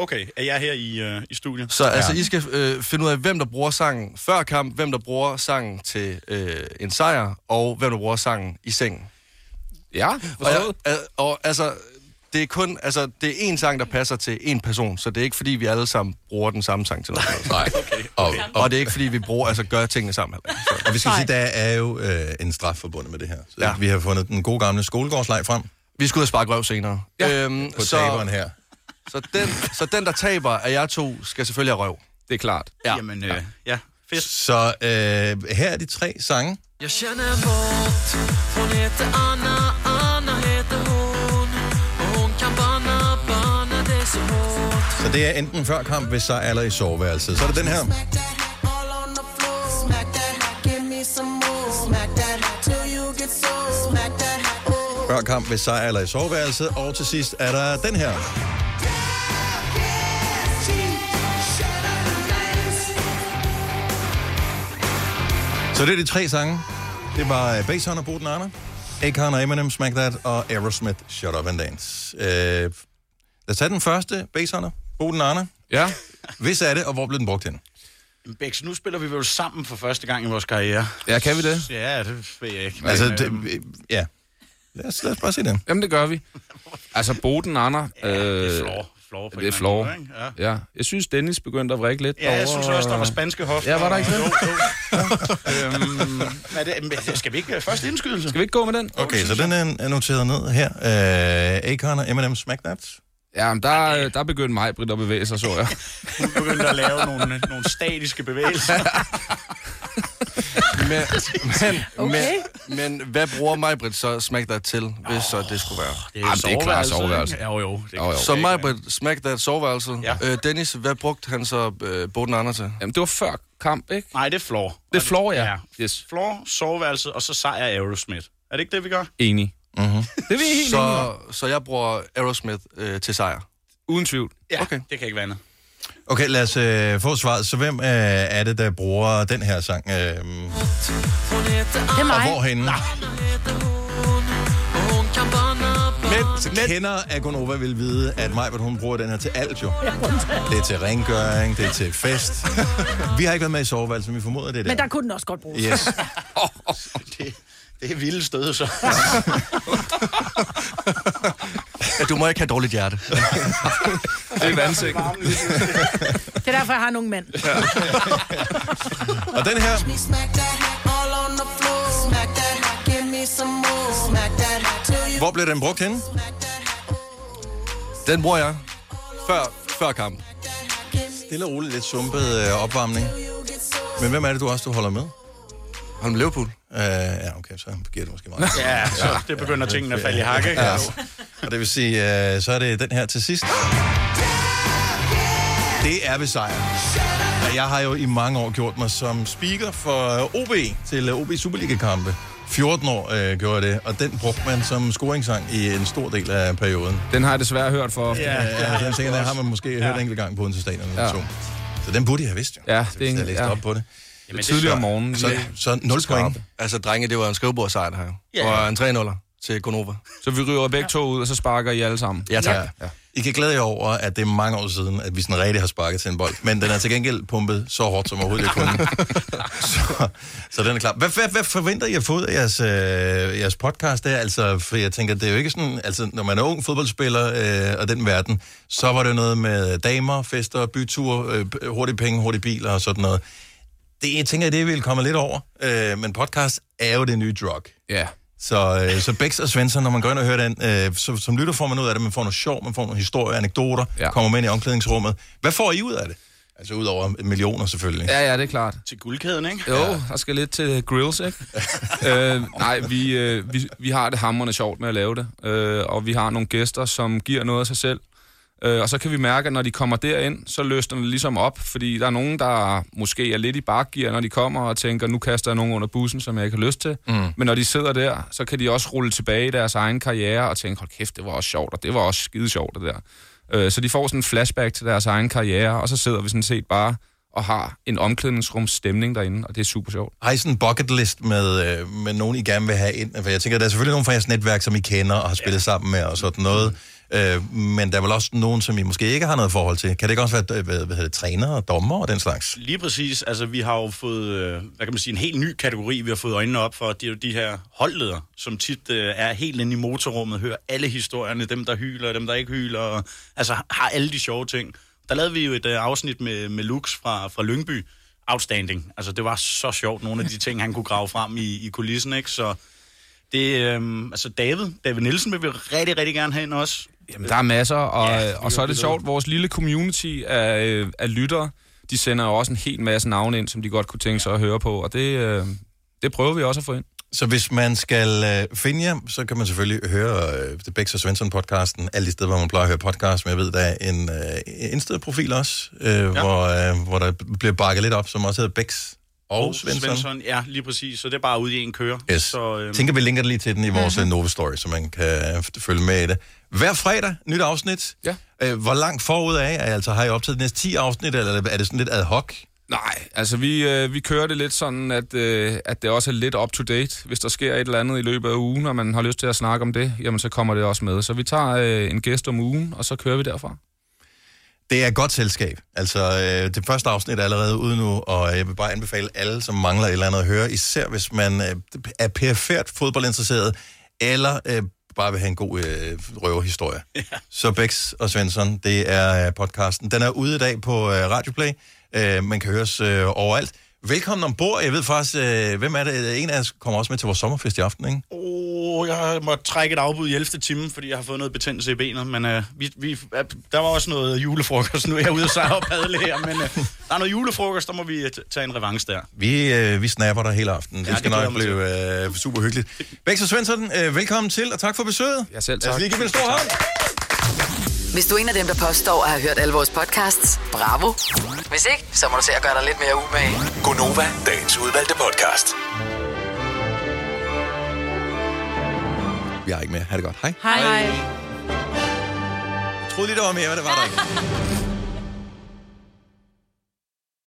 [SPEAKER 13] Okay, er jeg her i, øh, i studiet?
[SPEAKER 3] Så altså, I skal øh, finde ud af, hvem der bruger sangen før kamp, hvem der bruger sangen til øh, en sejr, og hvem der bruger sangen i sengen.
[SPEAKER 12] Ja,
[SPEAKER 3] og, jeg, øh, og altså, det er kun, altså, det er én sang, der passer til én person, så det er ikke, fordi vi alle sammen bruger den samme sang til noget.
[SPEAKER 1] Nej.
[SPEAKER 3] Okay. Okay. Og, og det er ikke, fordi vi bruger, altså, gør tingene sammen. heller.
[SPEAKER 1] Og vi skal sige, der er jo øh, en straf forbundet med det her. Så ja. Vi har fundet den gode gamle skolegårdsleg frem.
[SPEAKER 3] Vi skal ud og sparke røv senere.
[SPEAKER 1] Ja, øhm, på taberen her.
[SPEAKER 3] Så den, så den, der taber af jer to, skal selvfølgelig have røv.
[SPEAKER 12] Det er klart.
[SPEAKER 3] Ja.
[SPEAKER 13] Jamen, øh, ja.
[SPEAKER 1] Så øh, her er de tre sange.
[SPEAKER 14] Jag känner våt Hon heter Anna, Anna heter hon Och hon kan banna, banna dig så hårt
[SPEAKER 1] Så det er enten før kamp, ved sejr eller i soveværelset. Så er det den her.
[SPEAKER 14] All on the floor Smack that, give me some more Smack that, till you get sore Smack that, oh
[SPEAKER 1] Før kamp, ved sejr eller i soveværelset. Og til sidst er der den her. Så det er de tre sange. Det var øh, Bass Hunter, Boden Arne. Akon og Eminem, Smack That, og Aerosmith, Shut Up and Dance. Øh, lad os tage den første, Bass Hunter. Boden Arne.
[SPEAKER 12] Ja.
[SPEAKER 1] Hvis er det, og hvor blev den brugt hen?
[SPEAKER 13] Bex, nu spiller vi vel sammen for første gang i vores karriere.
[SPEAKER 12] Ja, kan vi det?
[SPEAKER 13] Ja, det ved jeg ikke.
[SPEAKER 1] Altså,
[SPEAKER 13] Men, øh,
[SPEAKER 1] det, ja. Lad os, lad os bare se den.
[SPEAKER 12] Jamen, det gør vi. Altså, Boden, Anna... Ja, det er flår.
[SPEAKER 13] flår
[SPEAKER 12] det er flår. Ja. ja. Jeg synes, Dennis begyndte at vrikke lidt.
[SPEAKER 13] Ja, jeg synes også, der var spanske hofter.
[SPEAKER 12] Ja, var der ikke det?
[SPEAKER 13] øhm, er det, men skal vi ikke øh, først indskydelse?
[SPEAKER 12] Skal vi ikke gå med den?
[SPEAKER 1] Okay, så den er er noteret ned her. Øh, Akon og Eminem, Smack That.
[SPEAKER 12] Ja, men der, øh, der begyndte mig, Britt, at bevæge sig, så jeg.
[SPEAKER 13] Hun begyndte at lave nogle, øh, nogle statiske bevægelser.
[SPEAKER 3] Men, men, okay. men, men hvad bruger Majbrit så Smack That til, hvis så det skulle være?
[SPEAKER 12] det er jo Jamen, det er klart soveværelse, ikke?
[SPEAKER 13] Jo, jo.
[SPEAKER 12] Jo, jo.
[SPEAKER 3] Så Majbrit Smack That soveværelse. Ja. Øh, Dennis, hvad brugte han så øh, Boden Anders til?
[SPEAKER 12] Jamen, det var før kamp, ikke?
[SPEAKER 13] Nej, det er Floor.
[SPEAKER 12] Det er Floor, ja.
[SPEAKER 13] Yes. Floor, soveværelset, og så sejr Aerosmith. Er det ikke det, vi gør?
[SPEAKER 12] Enig.
[SPEAKER 1] Mm-hmm.
[SPEAKER 12] Mhm. Det er vi helt
[SPEAKER 3] så, så jeg bruger Aerosmith øh, til sejr?
[SPEAKER 12] Uden tvivl.
[SPEAKER 13] Ja, okay. det kan ikke være andet.
[SPEAKER 1] Okay, lad os øh, få svaret. Så hvem øh, er det, der bruger den her sang? Øh, det
[SPEAKER 14] Det er mig.
[SPEAKER 1] Og hvorhenne? Nej.
[SPEAKER 14] Hon kan banna, banna
[SPEAKER 1] Så kender Agonova vil vide, at Majbert, hun bruger den her til alt jo. Det er til rengøring, det er til fest. vi har ikke været med i soveværelset, men vi formoder det er der.
[SPEAKER 2] Men der kunne den også godt bruges.
[SPEAKER 1] Yes.
[SPEAKER 13] det, det er vilde stød, så.
[SPEAKER 3] Ja, du må ikke have dårligt hjerte.
[SPEAKER 12] det er vandsækken.
[SPEAKER 2] Det er derfor, jeg har nogle mænd.
[SPEAKER 1] Og den her...
[SPEAKER 14] Smack that all on the floor. Smack that, give me some more. Smack that till you
[SPEAKER 1] Hvor blev den brugt henne?
[SPEAKER 3] Den bruger jeg. Før, før kamp.
[SPEAKER 1] Stille og roligt lidt sumpet øh, opvarmning. Men hvem er det, du også du holder med?
[SPEAKER 3] Holder med Liverpool.
[SPEAKER 1] Øh, ja, okay, så giver det måske meget.
[SPEAKER 13] Ja, så det begynder tingene at falde i hakke, ikke?
[SPEAKER 1] Ja. Og det vil sige, øh, så er det den her til sidst. Det er ved sejr. Og jeg har jo i mange år gjort mig som speaker for øh, OB til øh, OB Superliga-kampe. 14 år øh, gjorde jeg det, og den brugte man som scoringssang i en stor del af perioden.
[SPEAKER 12] Den har jeg desværre hørt for ofte.
[SPEAKER 1] Ja, ja, den tænker, den har man måske ja. hørt en enkelt gang på en stadion eller
[SPEAKER 12] Ja.
[SPEAKER 1] to. Så den burde jeg have vidst jo.
[SPEAKER 12] Ja,
[SPEAKER 1] det er en, jeg læste
[SPEAKER 12] ja.
[SPEAKER 1] op på det.
[SPEAKER 12] Jamen, det er Tidligere om morgenen,
[SPEAKER 1] Så,
[SPEAKER 12] lige-
[SPEAKER 1] så 0 point.
[SPEAKER 3] Altså, drenge, det var en skrivebordsejr, det her.
[SPEAKER 1] Ja.
[SPEAKER 3] Ja. Og en 3-0'er til Gonova.
[SPEAKER 12] Så vi ryger begge to ud, og så sparker I alle sammen.
[SPEAKER 3] Ja, tak.
[SPEAKER 1] Ja. I kan glæde jer over, at det er mange år siden, at vi sådan rigtig har sparket til en bold. Men den er til gengæld pumpet så hårdt som overhovedet jeg kunne. så, så den er klar. Hvad, hvad, hvad forventer I at få ud af jeres, øh, jeres podcast der? Altså, for jeg tænker, det er jo ikke sådan... Altså, når man er ung fodboldspiller øh, og den verden, så var det jo noget med damer, fester, byture, øh, p- hurtige penge, hurtige biler og sådan noget. Det, jeg tænker, det vil komme lidt over. Øh, men podcast er jo det nye drug.
[SPEAKER 12] Ja.
[SPEAKER 1] Så, øh, så Bex og Svensson, når man går ind og hører den, øh, så, som lytter får man ud af det, man får noget sjov, man får nogle historier, anekdoter, ja. kommer med ind i omklædningsrummet. Hvad får I ud af det? Altså ud over millioner selvfølgelig.
[SPEAKER 12] Ja, ja, det er klart.
[SPEAKER 13] Til guldkæden, ikke?
[SPEAKER 12] Jo, der skal lidt til grills, ikke? øh, nej, vi, øh, vi, vi har det hammerne sjovt med at lave det, øh, og vi har nogle gæster, som giver noget af sig selv. Øh, og så kan vi mærke, at når de kommer derind, så løsner det ligesom op, fordi der er nogen, der måske er lidt i bakgear, når de kommer og tænker, nu kaster jeg nogen under bussen, som jeg ikke har lyst til. Mm. Men når de sidder der, så kan de også rulle tilbage i deres egen karriere og tænke, hold kæft, det var også sjovt, og det var også skide sjovt, det der. Øh, så de får sådan en flashback til deres egen karriere, og så sidder vi sådan set bare og har en omklædningsrumsstemning derinde, og det er super sjovt.
[SPEAKER 1] Har I sådan en bucket list med, øh, med nogen, I gerne vil have ind? For jeg tænker, der er selvfølgelig nogen fra jeres netværk, som I kender og har spillet ja. sammen med og sådan noget. Øh, men der er vel også nogen, som I måske ikke har noget forhold til. Kan det ikke også være øh, hvad, hvad hedder det, trænere og dommer og den slags?
[SPEAKER 13] Lige præcis. Altså, vi har jo fået, øh, hvad kan man sige, en helt ny kategori, vi har fået øjnene op for. Det er jo de her holdledere, som tit øh, er helt inde i motorrummet, hører alle historierne, dem der hyler, dem der ikke hyler, og, altså har alle de sjove ting. Der lavede vi jo et øh, afsnit med, med Lux fra, fra Lyngby, Outstanding. Altså, det var så sjovt, nogle af de ting, han kunne grave frem i, i kulissen, ikke? Så det, øh, altså David, David Nielsen vil vi rigtig, rigtig gerne have ind også.
[SPEAKER 12] Jamen, der er masser, og,
[SPEAKER 13] Ja, det
[SPEAKER 12] ja, og så er det
[SPEAKER 13] ved.
[SPEAKER 12] sjovt, vores lille community af, øh, af lyttere, de sender jo også en hel masse navne ind, som de godt kunne tænke sig at høre på, og det, øh, det prøver vi også at få ind.
[SPEAKER 1] Så hvis man skal øh, finde jer, så kan man selvfølgelig høre øh, The Bex og Svensson podcasten, alle de steder, hvor man plejer at høre podcast, men jeg ved, der er en øh, Insta-profil også, øh, ja. hvor, øh, hvor der bliver bakket lidt op, som også hedder Bex og, og Svensson. Svensson. øhm,
[SPEAKER 13] Svensson. Ja, lige præcis. Så det er bare ude i en køre.
[SPEAKER 1] Yes.
[SPEAKER 13] Så, øh,
[SPEAKER 1] Jeg tænker, vi linker det lige til den i vores mm-hmm. Nova Story, så man kan øh, f- følge med i det. Hver fredag, nyt afsnit.
[SPEAKER 12] Ja.
[SPEAKER 1] Øh, hvor langt forud af, altså har I optaget de næste 10 afsnit, eller er det sådan lidt ad hoc?
[SPEAKER 12] Nej, altså vi, øh, vi kører det lidt sådan, at, øh, at det også er lidt up-to-date. Hvis der sker et eller andet i løbet af ugen, og man har lyst til at snakke om det, jamen så kommer det også med. Så vi tager øh, en gæst om ugen, og så kører vi derfra.
[SPEAKER 1] Det er et godt selskab. Altså, øh, det første afsnit er allerede ude nu, og jeg vil bare anbefale alle, som mangler et eller andet at høre, især hvis man øh, er perifært fodboldinteresseret, eller øh, bare vil have en god øh, røverhistorie. Ja. Så Bex og Svensson, det er øh, podcasten. Den er ude i dag på øh, Radioplay. Øh, man kan høres øh, overalt. Velkommen ombord. Jeg ved faktisk, øh, hvem er det? En af os kommer også med til vores sommerfest i aften, ikke?
[SPEAKER 13] Oh, jeg må trække et afbud i 11. time, fordi jeg har fået noget betændelse i benet, men øh, vi, vi, øh, der var også noget julefrokost. Nu er jeg ude og sejre og padle her, men øh, der er noget julefrokost, der må vi øh, t- tage en revanche der.
[SPEAKER 1] Vi, øh, vi snapper dig hele aftenen. Ja,
[SPEAKER 13] Ja,
[SPEAKER 1] det skal
[SPEAKER 13] det
[SPEAKER 1] nok
[SPEAKER 13] glæder
[SPEAKER 1] blive øh, super hyggeligt. Bex og Svensson, øh, velkommen til, og tak for besøget.
[SPEAKER 12] Ja, selv
[SPEAKER 1] Lad os
[SPEAKER 12] tak.
[SPEAKER 1] lige give dem en stor hånd.
[SPEAKER 5] Hvis du er en af dem, der påstår at have hørt alle vores podcasts, bravo. Hvis ikke, så må du se at gøre dig lidt mere umage.
[SPEAKER 6] Gonova, dagens udvalgte podcast.
[SPEAKER 1] Vi er ikke med. Ha' det godt. Hej.
[SPEAKER 2] Hej.
[SPEAKER 1] Jeg troede lige, der var mere, men det var der ikke.